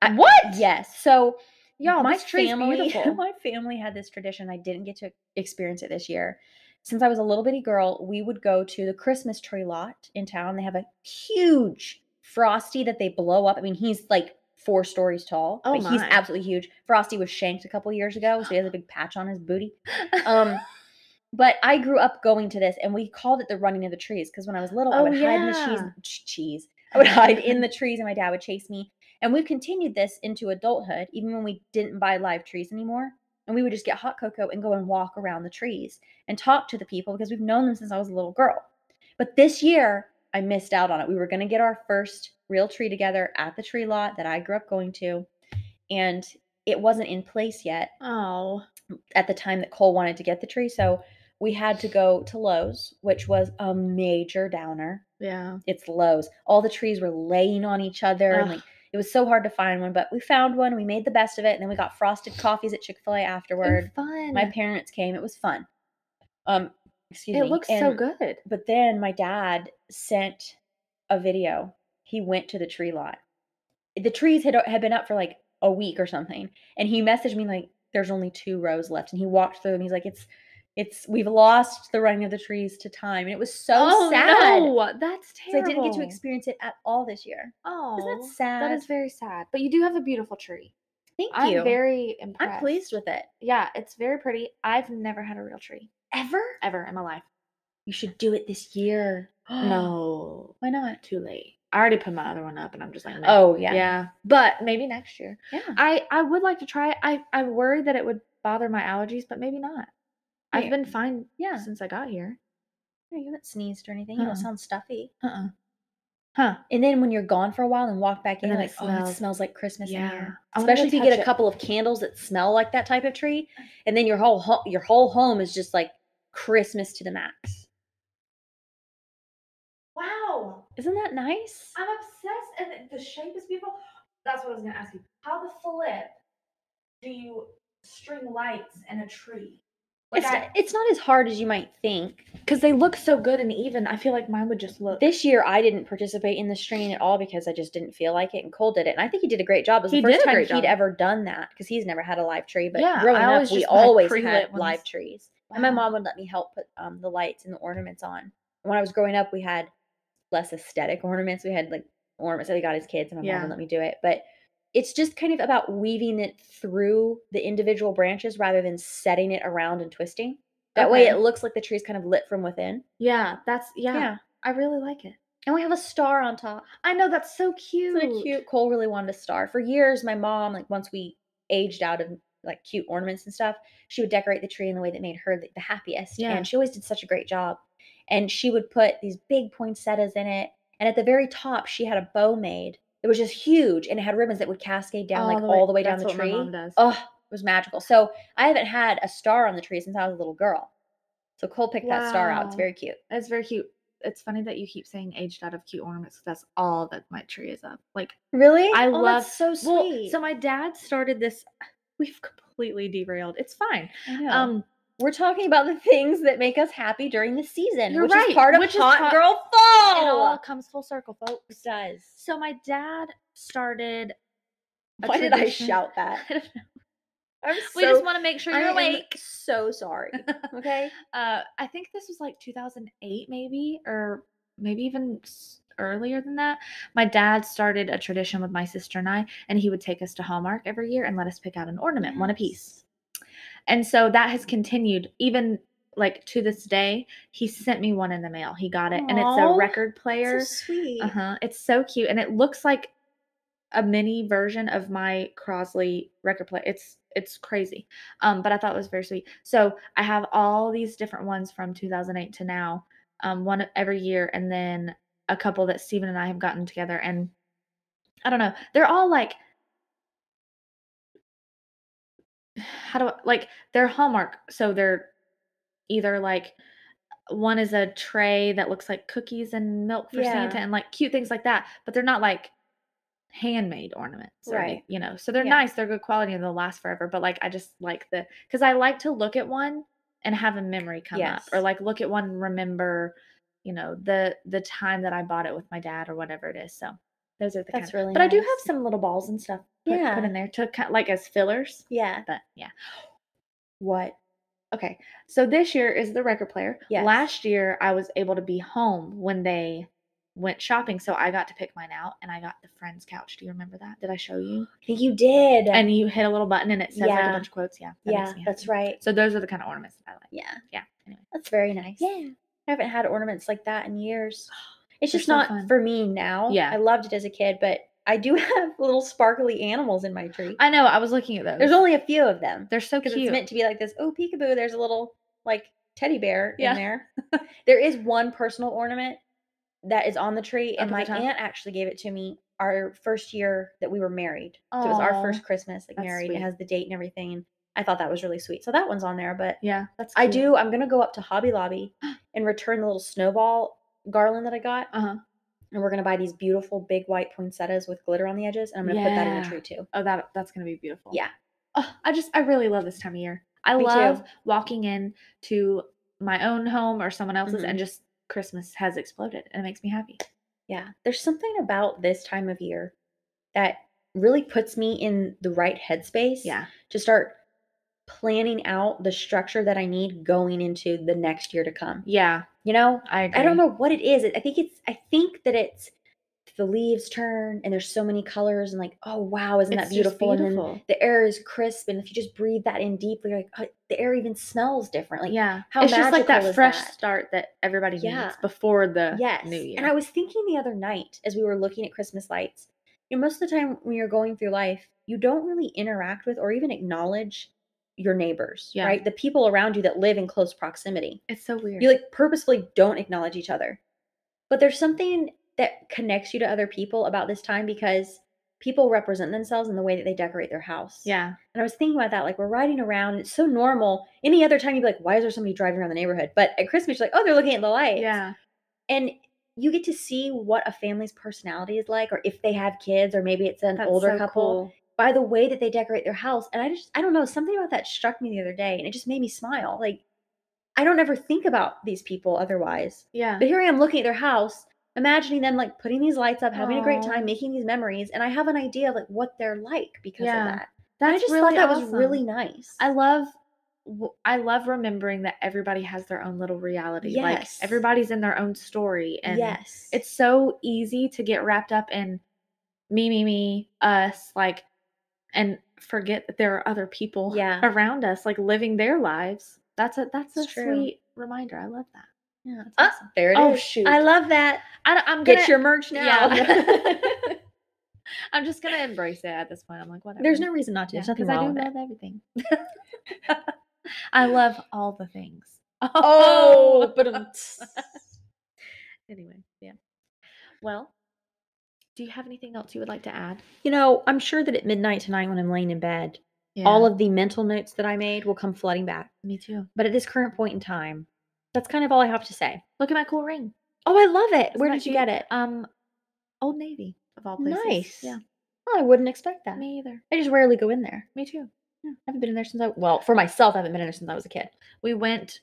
A: I- Yes. So
B: Y'all,
A: my
B: this tree's
A: family,
B: beautiful.
A: my family had this tradition. I didn't get to experience it this year. Since I was a little bitty girl, we would go to the Christmas tree lot in town. They have a huge Frosty that they blow up. I mean, he's like four stories tall.
B: Oh
A: but He's
B: my.
A: absolutely huge. Frosty was shanked a couple years ago, so he has a big patch on his booty. Um, but I grew up going to this, and we called it the running of the trees because when I was little, I
B: Oh,
A: would hide in the
B: yeah.
A: cheese, ch- cheese. I would hide in the trees, and my dad would chase me. And we've continued this into adulthood, even when we didn't buy live trees anymore. And we would just get hot cocoa and go and walk around the trees and talk to the people because we've known them since I was a little girl. But this year, I missed out on it. We were going to get our first real tree together at the tree lot that I grew up going to, and it wasn't in place yet
B: Oh,
A: at the time that Cole wanted to get the tree. So we had to go to Lowe's, which was a major downer.
B: yeah.
A: It's Lowe's. All the trees were laying on each other. And
B: Ugh.
A: like, it was so hard to find one, but we found one. We made the best of it. And then we got frosted coffees at Chick fil A afterward.
B: fun.
A: My parents came. It was fun. Um, excuse me.
B: it looks so
A: and-
B: good.
A: But then my dad sent a video. He went to the tree lot. The trees had, had been up for like a week or something. And he messaged me like, there's only two rows left. And he walked through them. He's like, it's, it's, we've lost the running of the trees to time. And it was so sad.
B: Oh, no, that's
A: So I
B: terrible.
A: didn't get to experience it at all this year.
B: Oh,
A: Isn't that sad?
B: that is very sad. But you do have a beautiful tree.
A: Thank you.
B: I'm very
A: I'm
B: impressed.
A: pleased with it.
B: Yeah, it's very pretty. I've never had a real tree
A: Ever?
B: ever in my life.
A: You should do it this year.
B: no,
A: Why not?
B: too late. I already put my other one up, and I'm just like, meh.
A: Oh, yeah.
B: yeah. But maybe next year.
A: Yeah.
B: I I would like to try it. I I'm worried that it would bother my allergies, but maybe not. I've
A: Yeah.
B: been fine
A: Yeah.
B: since I got here.
A: Yeah, You haven't sneezed or anything. You
B: Uh-uh.
A: don't sound stuffy.
B: Uh-uh. Huh.
A: And then when you're gone for a while and walk back in,
B: And
A: you're
B: then
A: like, oh,
B: it
A: it
B: smells.
A: smells like Christmas in
B: Yeah.
A: here.
B: I wanna go
A: Especially if you get
B: touch
A: a
B: it. Uh-huh.
A: couple of candles that smell like that type of tree, and then your whole ho- your whole home is just like Christmas to the max.
B: Wow.
A: Isn't that nice?
B: I'm obsessed and the shape is beautiful. That's what I was gonna ask you. How the flip do you string lights in a tree?
A: It's it's not as hard as you might think.
B: because they look so good and even. I feel like mine would just look.
A: This year I didn't participate in the stringing at all because I just didn't feel like it, and Cole did it, and I think he did a great job. It was
B: He
A: the first
B: did a
A: time
B: great
A: he'd
B: job.
A: ever done that because he's never had a live tree. But
B: Yeah,
A: growing
B: I
A: up,
B: always
A: we
B: just had
A: always had
B: pre-lit
A: live
B: ones.
A: trees. And my
B: Wow.
A: mom would let me help put um, the lights and the ornaments on. When I was growing up, we had less aesthetic ornaments. We had like ornaments that we got as kids, and my mom
B: Yeah.
A: would let me do it. But it's just kind of about weaving it through the individual branches rather than setting it around and twisting. That way,
B: Okay.
A: it looks like the tree's kind of lit from within.
B: Yeah, that's yeah, I really like it.
A: And we have a star on top.
B: I know that's so cute.
A: So cute. Cole really wanted a star. For years, my mom, like once we aged out of like cute ornaments and stuff, she would decorate the tree in the way that made her the, the happiest.
B: Yeah.
A: And she always did such a great job. And she would put these big poinsettias in it. And at the very top, she had a bow made. It was just huge and it had ribbons that would cascade down like all the way down
B: Oh, that's
A: the
B: what my
A: tree.
B: mom does.
A: Oh, it was magical. So I haven't had a star on the tree since I was a little girl. So Cole picked that star out. It's
B: Wow.
A: very cute.
B: That's very cute. It's funny that you keep saying aged out of cute ornaments. 'cause That's all that my tree is of. Like,
A: Really?
B: I
A: Oh,
B: love-
A: that's so
B: well,
A: sweet.
B: so my dad started this. We've completely derailed. It's fine.
A: I know.
B: Um,
A: We're talking about the things that make us happy during the season,
B: You're
A: which
B: right,
A: is part of
B: which is
A: hot
B: part-
A: girl
B: it all
A: fall.
B: comes full circle, folks.
A: does.
B: So my dad started. a
A: Why did I
B: tradition-
A: shout that?
B: I don't know.
A: I'm so,
B: we just want to make sure
A: I
B: you're
A: am
B: awake.
A: so sorry. Okay.
B: uh, I think this was like 2008, maybe, or maybe even s- earlier than that. My dad started a tradition with my sister and I, and he would take us to Hallmark every year and let us pick out an ornament, one apiece. And so that has continued even like to this day. He sent me one in the mail. He got it, and it's a
A: Aw,
B: record player.
A: sweet.
B: Uh huh. It's so cute, and it looks like a mini version of my Crosley record player. It's it's crazy, um, but I thought it was very sweet. So I have all these different ones from 2008 to now, um, one every year, and then a couple that Steven and I have gotten together, and I don't know. They're all like. How do I like they're Hallmark, so they're either like one is a tray that looks like cookies and milk for
A: Yeah.
B: Santa and like cute things like that, but they're not like handmade ornaments, or any-
A: Right.
B: You know, so they're
A: Yeah.
B: nice, they're good quality, and they'll last forever. But like, I just like the because I like to look at one and have a memory come up, or
A: Yes.
B: like look at one and remember, you know, the the time that I bought it with my dad or whatever it is. So those are the
A: That's
B: kind
A: really
B: but I do have
A: nice.
B: some little balls and stuff put, put
A: Yeah.
B: in there to kind like as fillers.
A: Yeah.
B: But yeah.
A: What?
B: Okay. So this year is the record player.
A: Yes.
B: Last year I was able to be home when they went shopping, so I got to pick mine out and I got the friend's couch. Do you remember that? Did I show you?
A: I think you did.
B: And you hit a little button and it says like a
A: Yeah.
B: bunch of quotes. Yeah. that makes
A: yeah,
B: me
A: that's
B: happy.
A: right.
B: So those are the kind of ornaments that I like.
A: Yeah.
B: Yeah. Anyway.
A: That's very nice.
B: Yeah.
A: I haven't had ornaments like that in years. It's
B: They're
A: just
B: so
A: not
B: fun.
A: for me now.
B: Yeah.
A: I loved it as a kid, but I do have little sparkly animals in my tree.
B: I know. I was looking at those.
A: There's only a few of them.
B: they're so
A: because
B: cute.
A: it's meant to be like this. Oh, peekaboo! There's a little like teddy bear
B: Yeah.
A: in there. there is one personal ornament that is on the tree, and
B: Up
A: my
B: at the top.
A: aunt actually gave it to me our first year that we were married. So it was our
B: Aw,
A: first Christmas like
B: that's
A: married.
B: sweet.
A: It has the date and everything. And I thought that was really sweet. So that one's on there, but
B: yeah. That's
A: I
B: cute.
A: do. I'm gonna go up to Hobby Lobby and return the little snowball garland that I got,
B: Uh-huh.
A: and we're gonna buy these beautiful big white poinsettias with glitter on the edges, and I'm gonna put that in
B: Yeah.
A: the tree too.
B: Oh, that that's gonna be beautiful.
A: Yeah.
B: Oh, I just I really love this time of year. I
A: Me too.
B: love walking in to my own home or someone else's
A: Mhm.
B: and just Christmas has exploded and it makes me happy.
A: Yeah, there's something about this time of year that really puts me in the right headspace
B: Yeah.
A: to start planning out the structure that I need going into the next year to come.
B: Yeah.
A: You know,
B: I agree.
A: I don't know what it is. I think it's I think that it's the leaves turn and there's so many colors and like, oh wow, isn't that
B: It's just
A: beautiful? And then the air is crisp and if you just breathe that in deeply, you're like oh, the air even smells different. Like
B: yeah.
A: how
B: it's just like
A: magical
B: that
A: is
B: fresh
A: that?
B: start that everybody
A: Yeah.
B: needs before the
A: Yes.
B: new year.
A: And I was thinking the other night as we were looking at Christmas lights, you know, most of the time when you're going through life, you don't really interact with or even acknowledge your neighbors,
B: Yeah.
A: right? The people around you that live in close proximity.
B: it's so weird.
A: You like purposefully don't acknowledge each other. But there's something that connects you to other people about this time because people represent themselves in the way that they decorate their house.
B: yeah.
A: And I was thinking about that. Like we're riding around, and it's so normal. Any other time you'd be like, why is there somebody driving around the neighborhood? But at Christmas, you're like, oh, they're looking at the lights
B: Yeah.
A: and you get to see what a family's personality is like or if they have kids or maybe it's an
B: That's
A: older
B: so
A: couple
B: cool.
A: by the way that they decorate their house and i just i don't know something about that struck me the other day and it just made me smile like i don't ever think about these people otherwise
B: Yeah.
A: but here i am looking at their house imagining them like putting these lights up having a great
B: Aw.
A: time making these memories and i have an idea of like what they're like because
B: Yeah.
A: of that
B: That's
A: i just
B: really
A: thought that was
B: awesome.
A: really nice
B: I love w- I love remembering that everybody has their own little reality. Like
A: Yes.
B: everybody's in their own story and
A: yes
B: it's so easy to get wrapped up in me me me us like and forget that there are other people
A: Yeah.
B: around us like living their lives. That's a that's
A: It's
B: a
A: true.
B: sweet reminder. I love that.
A: yeah.
B: that's
A: Ah,
B: awesome.
A: there it is.
B: Oh, shoot.
A: i love that
B: I, am gonna
A: get your merch now
B: Yeah. I'm just gonna embrace it at this point. I'm like, whatever.
A: There's no reason not to. There's nothing
B: because I
A: wrong
B: do
A: with it.
B: love everything. I love all the things.
A: but um,
B: anyway, yeah. Well, do you have anything else you would like to add?
A: you know, I'm sure that at midnight tonight, when I'm laying in bed,
B: Yeah.
A: all of the mental notes that I made will come flooding back.
B: me too.
A: But at this current point in time, that's kind of all I have to say.
B: Look at my cool ring.
A: Oh, I love it.
B: Isn't
A: Where
B: that
A: did you
B: cute?
A: get it?
B: Um, Old Navy of all places.
A: Nice.
B: Yeah.
A: Oh, I wouldn't expect that.
B: Me either.
A: I just rarely go in there.
B: Me too.
A: I haven't been in there since I well, for myself, I haven't been in there since I was a kid.
B: we went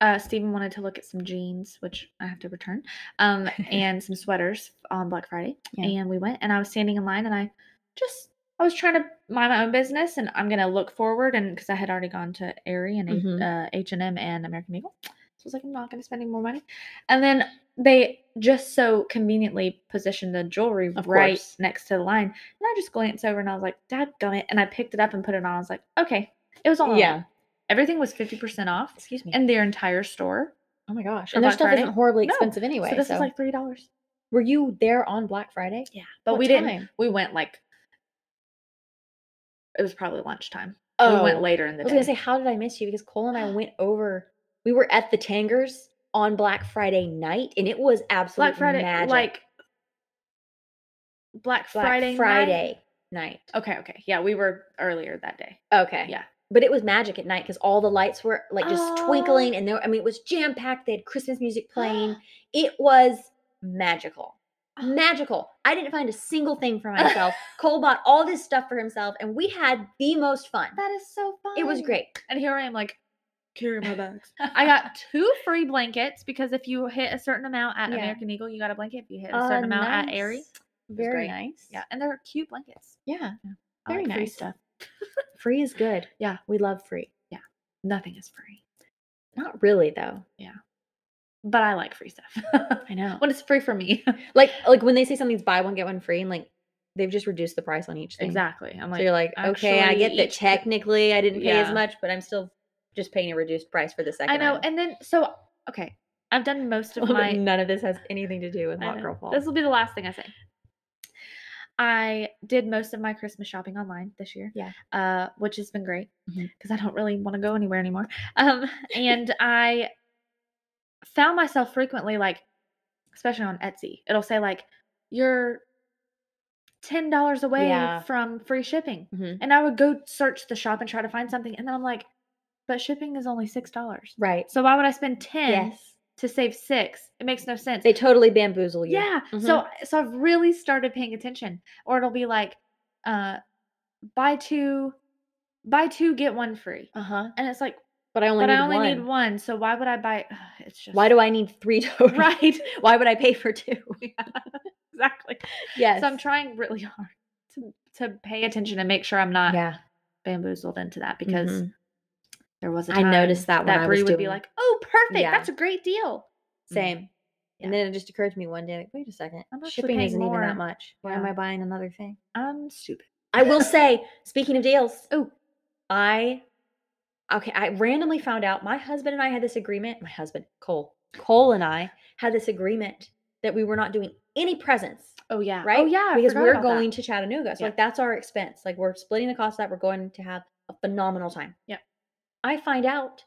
B: uh Stephen wanted to look at some jeans, which I have to return, um, and some sweaters on Black Friday.
A: Yeah.
B: And we went and I was standing in line and I just I was trying to mind my own business and I'm gonna look forward and because I had already gone to Aerie and H-
A: Mm-hmm.
B: uh, H&M and American Eagle. So I was like, I'm not gonna spend any more money. And then they just so conveniently positioned the jewelry
A: Of
B: right
A: course.
B: next to the line. And I just glanced over and I was like, Dad gummit. And I picked it up and put it on. I was like, okay. It was all online.
A: Yeah.
B: Everything was 50% off
A: Excuse me.
B: in their entire store.
A: oh my gosh.
B: for
A: And their
B: Black
A: stuff
B: Friday?
A: isn't horribly
B: No.
A: expensive anyway.
B: so this is like $3.
A: were you there on Black Friday?
B: Yeah. But
A: What
B: we didn't.
A: time?
B: We went like, it was probably lunchtime. We
A: Oh.
B: went later in the
A: I was
B: day.
A: gonna say, how did I miss you? Because Cole and I went over. We were at the Tangers on Black Friday night, and it was absolutely
B: Black Friday,
A: magic.
B: like, Black
A: Black
B: Friday. night?
A: Friday night.
B: Okay, okay. Yeah, we were earlier that day.
A: Okay,
B: Yeah.
A: But it was magic at night because all the lights were like just
B: Oh.
A: twinkling, and there. I mean, it was jam packed. They had Christmas music playing. it was magical.
B: Ah.
A: Magical. I didn't find a single thing for myself. Cole bought all this stuff for himself, and we had the most fun.
B: That is so fun.
A: It was great.
B: And here I am, like,
C: Carry my bags.
B: I got two free blankets because if you hit a certain amount at
A: Yeah.
B: American Eagle, you got a blanket. If you hit a
A: Uh,
B: certain amount at Aerie,
A: nice. Very
B: great.
A: nice.
B: yeah, and they're cute blankets.
A: Yeah.
B: I
A: Very
B: like free
A: nice.
B: stuff.
A: Free is good.
B: Yeah.
A: We love free.
B: Nothing is free,
A: Not really though.
B: but I like free stuff
A: I know.
B: when it's free for me.
A: Like like when they say something's buy one get one free and like they've just reduced the price on each thing.
B: exactly. I'm
A: So
B: like,
A: you're like, okay, I
B: actually,
A: get that
B: each-
A: technically I didn't pay as
B: Yeah.
A: much, but I'm still just paying a reduced price for the second.
B: I know.
A: item.
B: And then so okay, I've done most of
A: Love that
B: my.
A: none of this has anything to do with
B: I
A: hot
B: know.
A: girl fall.
B: This will be the last thing I say. I did most of my Christmas shopping online this year.
A: Yeah.
B: Uh, which has been great because
A: Mhm.
B: I don't really want to go anywhere anymore. Um, and I found myself frequently like, especially on Etsy, it'll say like, you're ten dollars away
A: Yeah.
B: from free shipping,
A: Mhm.
B: and I would go search the shop and try to find something, and then I'm like, but shipping is only six dollars.
A: Right.
B: So why would I spend ten
A: Yes.
B: to save six? It makes no sense.
A: They totally bamboozle you. Mm-hmm.
B: Yeah. So so I've really started paying attention. Or it'll be like, uh, buy two, buy two get one free,
A: Uh-huh.
B: and it's like,
A: But I only
B: but
A: need
B: I only
A: one.
B: need one. So why would I buy? It's just
A: Why do I need three total?
B: right
A: Why would I pay for two?
B: exactly.
A: yes. Mm-hmm.
B: So I'm trying really hard to to pay attention and make sure I'm not
A: yeah.
B: bamboozled into that because
A: Mhm.
B: there was a
A: I
B: time
A: noticed that when
B: that
A: I
B: Brie
A: was
B: would be
A: doing-
B: like, oh, perfect,
A: Yeah.
B: that's a great deal. Mm.
A: Same.
B: Yeah.
A: And then it just occurred to me one day, like, wait a second,
B: I'm actually
A: shipping
B: paying
A: isn't even
B: more.
A: that much. Why am
B: Yeah.
A: I buying another thing?
B: I'm stupid.
A: I will say, speaking of deals,
B: Oh.
A: I okay, I randomly found out my husband and I had this agreement. My husband, Cole, Cole and I had this agreement that we were not doing any presents,
B: Oh yeah.
A: right?
B: Oh yeah. I
A: because
B: forgot
A: we're
B: about that.
A: going to Chattanooga, so
B: Yeah.
A: like that's our expense. Like we're splitting the cost of that. We're going to have a phenomenal time.
B: Yeah.
A: I find out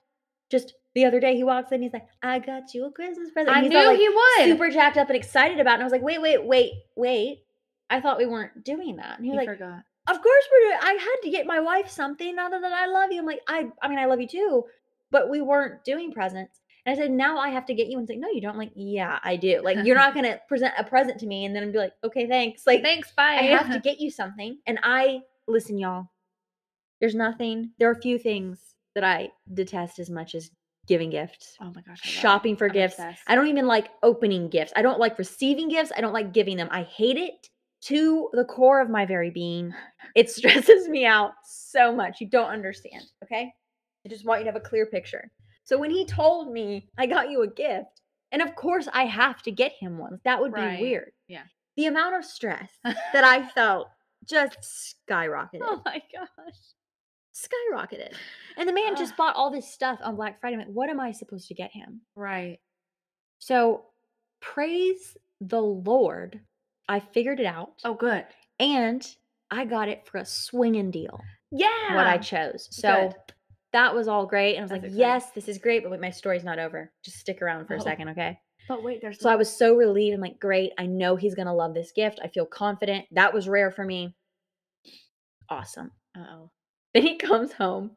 A: just the other day he walks in, he's like, "I got you a Christmas present."
B: I
A: He's
B: knew
A: all like,
B: he would.
A: super jacked up and excited about. It. And I was like, wait, wait, wait, wait. I thought we weren't doing that. And he
B: He
A: was like,
B: forgot.
A: of course we're doing I had to get my wife something. Now that I love you. I'm like, I I mean, I love you too, but we weren't doing presents. And I said, now I have to get you. And he's like, no, you don't. I'm like, yeah, I do. Like, you're not going to present a present to me. And then be like, okay, thanks. Like,
B: Thanks. Bye.
A: I have to get you something. And I, listen, y'all, there's nothing, there are few things that I detest as much as giving gifts
B: Oh my gosh. I love it.
A: shopping for
B: I'm
A: gifts.
B: obsessed.
A: I don't even like opening gifts. I don't like receiving gifts. I don't like giving them. I hate it to the core of my very being. It stresses me out so much. You don't understand. Okay. I just want you to have a clear picture. So when he told me I got you a gift, and of course I have to get him one, that would
B: Right.
A: be weird.
B: Yeah.
A: The amount of stress that I felt just skyrocketed
B: Oh my gosh.
A: skyrocketed. And the man
B: Ugh.
A: just bought all this stuff on Black Friday. I'm like, what am I supposed to get him?
B: Right.
A: So praise the Lord. I figured it out.
B: Oh, good.
A: And I got it for a swinging deal,
B: Yeah.
A: what I chose. So
B: Good.
A: that was all great. And I was
B: That's
A: like,
B: exciting.
A: yes, this is great, but wait, my story's not over. Just stick around for
B: Oh.
A: a second, okay?
B: but wait, there's
A: So I
B: more.
A: was so relieved. I'm like, great. I know he's going to love this gift. I feel confident. That was rare for me. Awesome.
B: Uh-oh.
A: Then he comes home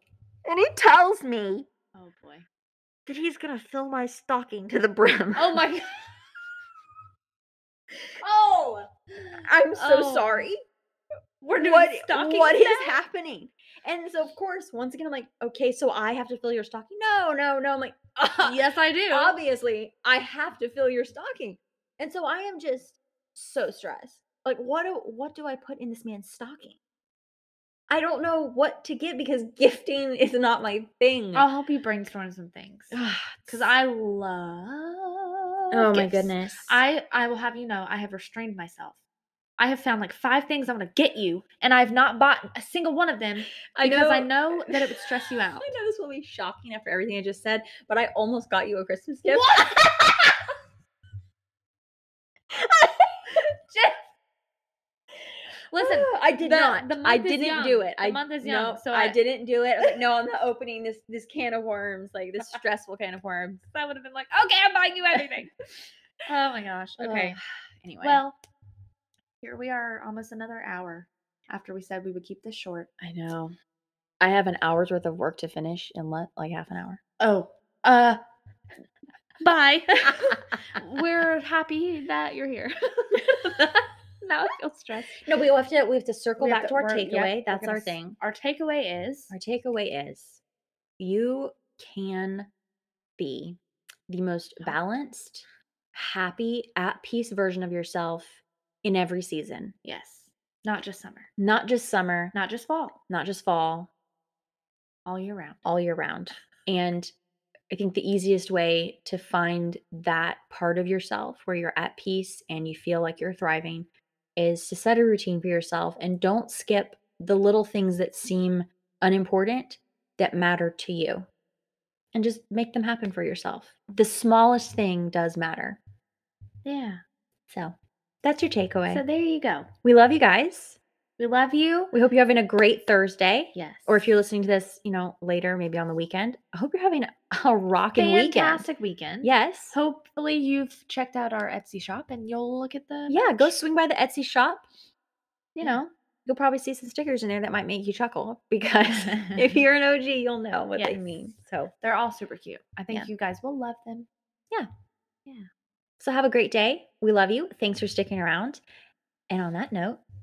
A: and he tells me
B: Oh boy.
A: that he's going to fill my stocking to the brim.
B: Oh my god. oh.
A: I'm so
B: Oh.
A: sorry.
B: We're doing
A: what,
B: stocking
A: what is
B: stuff?
A: happening? And so, of course, once again, I'm like, okay, so I have to fill your stocking. No, no, no. I'm like, "Uh,
B: Yes, I do.
A: obviously, I have to fill your stocking. And so I am just so stressed. Like, what do what do I put in this man's stocking? I don't know what to give because gifting is not my thing.
B: I'll help you brainstorm some things because
A: Because
B: I love.
A: oh my
B: gifts.
A: goodness,
B: I I will have you know I have restrained myf. I have found like five things I'm gonna get you, and I've not bought a single one of them because I know that it would stress you
A: I
B: out.
A: know this will be shocking after everything I just said, but I almost got you a Christmas gift.
B: Just- Listen,
A: Ah, I did
B: the-
A: not.
B: the
A: I
B: month is
A: didn't
B: young.
A: do it.
B: The
A: I
B: month is
A: no,
B: young, so
A: I,
B: I-
A: didn't do it. I was like, no, I'm not opening this this can of worms, like this stressful can of worms.
B: I would have been like, okay, I'm buying you everything. oh my gosh. Okay.
A: Ugh. Anyway,
B: Well, here we are, almost another hour after we said we would keep this short.
A: I know I have an hour's worth of work to finish in le- like half an hour.
B: Oh, uh, bye. We're happy that you're here. now I feel stressed.
A: no, we have to we have to circle
B: We have
A: back to, our
B: we're- yep,
A: takeaway.
B: we're
A: That's
B: gonna
A: our
B: s-
A: thing.
B: Our takeaway is
A: Our takeaway is you can be the most
B: Oh.
A: balanced, happy, at peace version of yourself in every season,
B: yes, not just summer,
A: not just summer,
B: not just fall,
A: not just fall,
B: all year round.
A: all year round. And I think the easiest way to find that part of yourself where you're at peace and you feel like you're thriving is to set a routine for yourself and don't skip the little things that seem unimportant that matter to you. And just make them happen for yourself. The smallest thing does matter.
B: Yeah.
A: So that's your takeaway.
B: So there you go.
A: we love you guys.
B: We love you.
A: We hope you're having a great Thursday.
B: Yes.
A: Or if you're listening to this, you know, later, maybe on the weekend, I hope you're having a rocking weekend.
B: fantastic weekend.
A: Yes.
B: Hopefully you've checked out our Etsy shop and you'll look at the
A: yeah, go
B: merch.
A: swing by the Etsy shop. You
B: Yeah.
A: know, you'll probably see some stickers in there that might make you chuckle because if you're an OG, you'll know what they
B: Yes.
A: mean. So,
B: They're all super cute. I think
A: Yeah.
B: you guys will love them.
A: so have a great day. We love you. Thanks for sticking around. And on that note,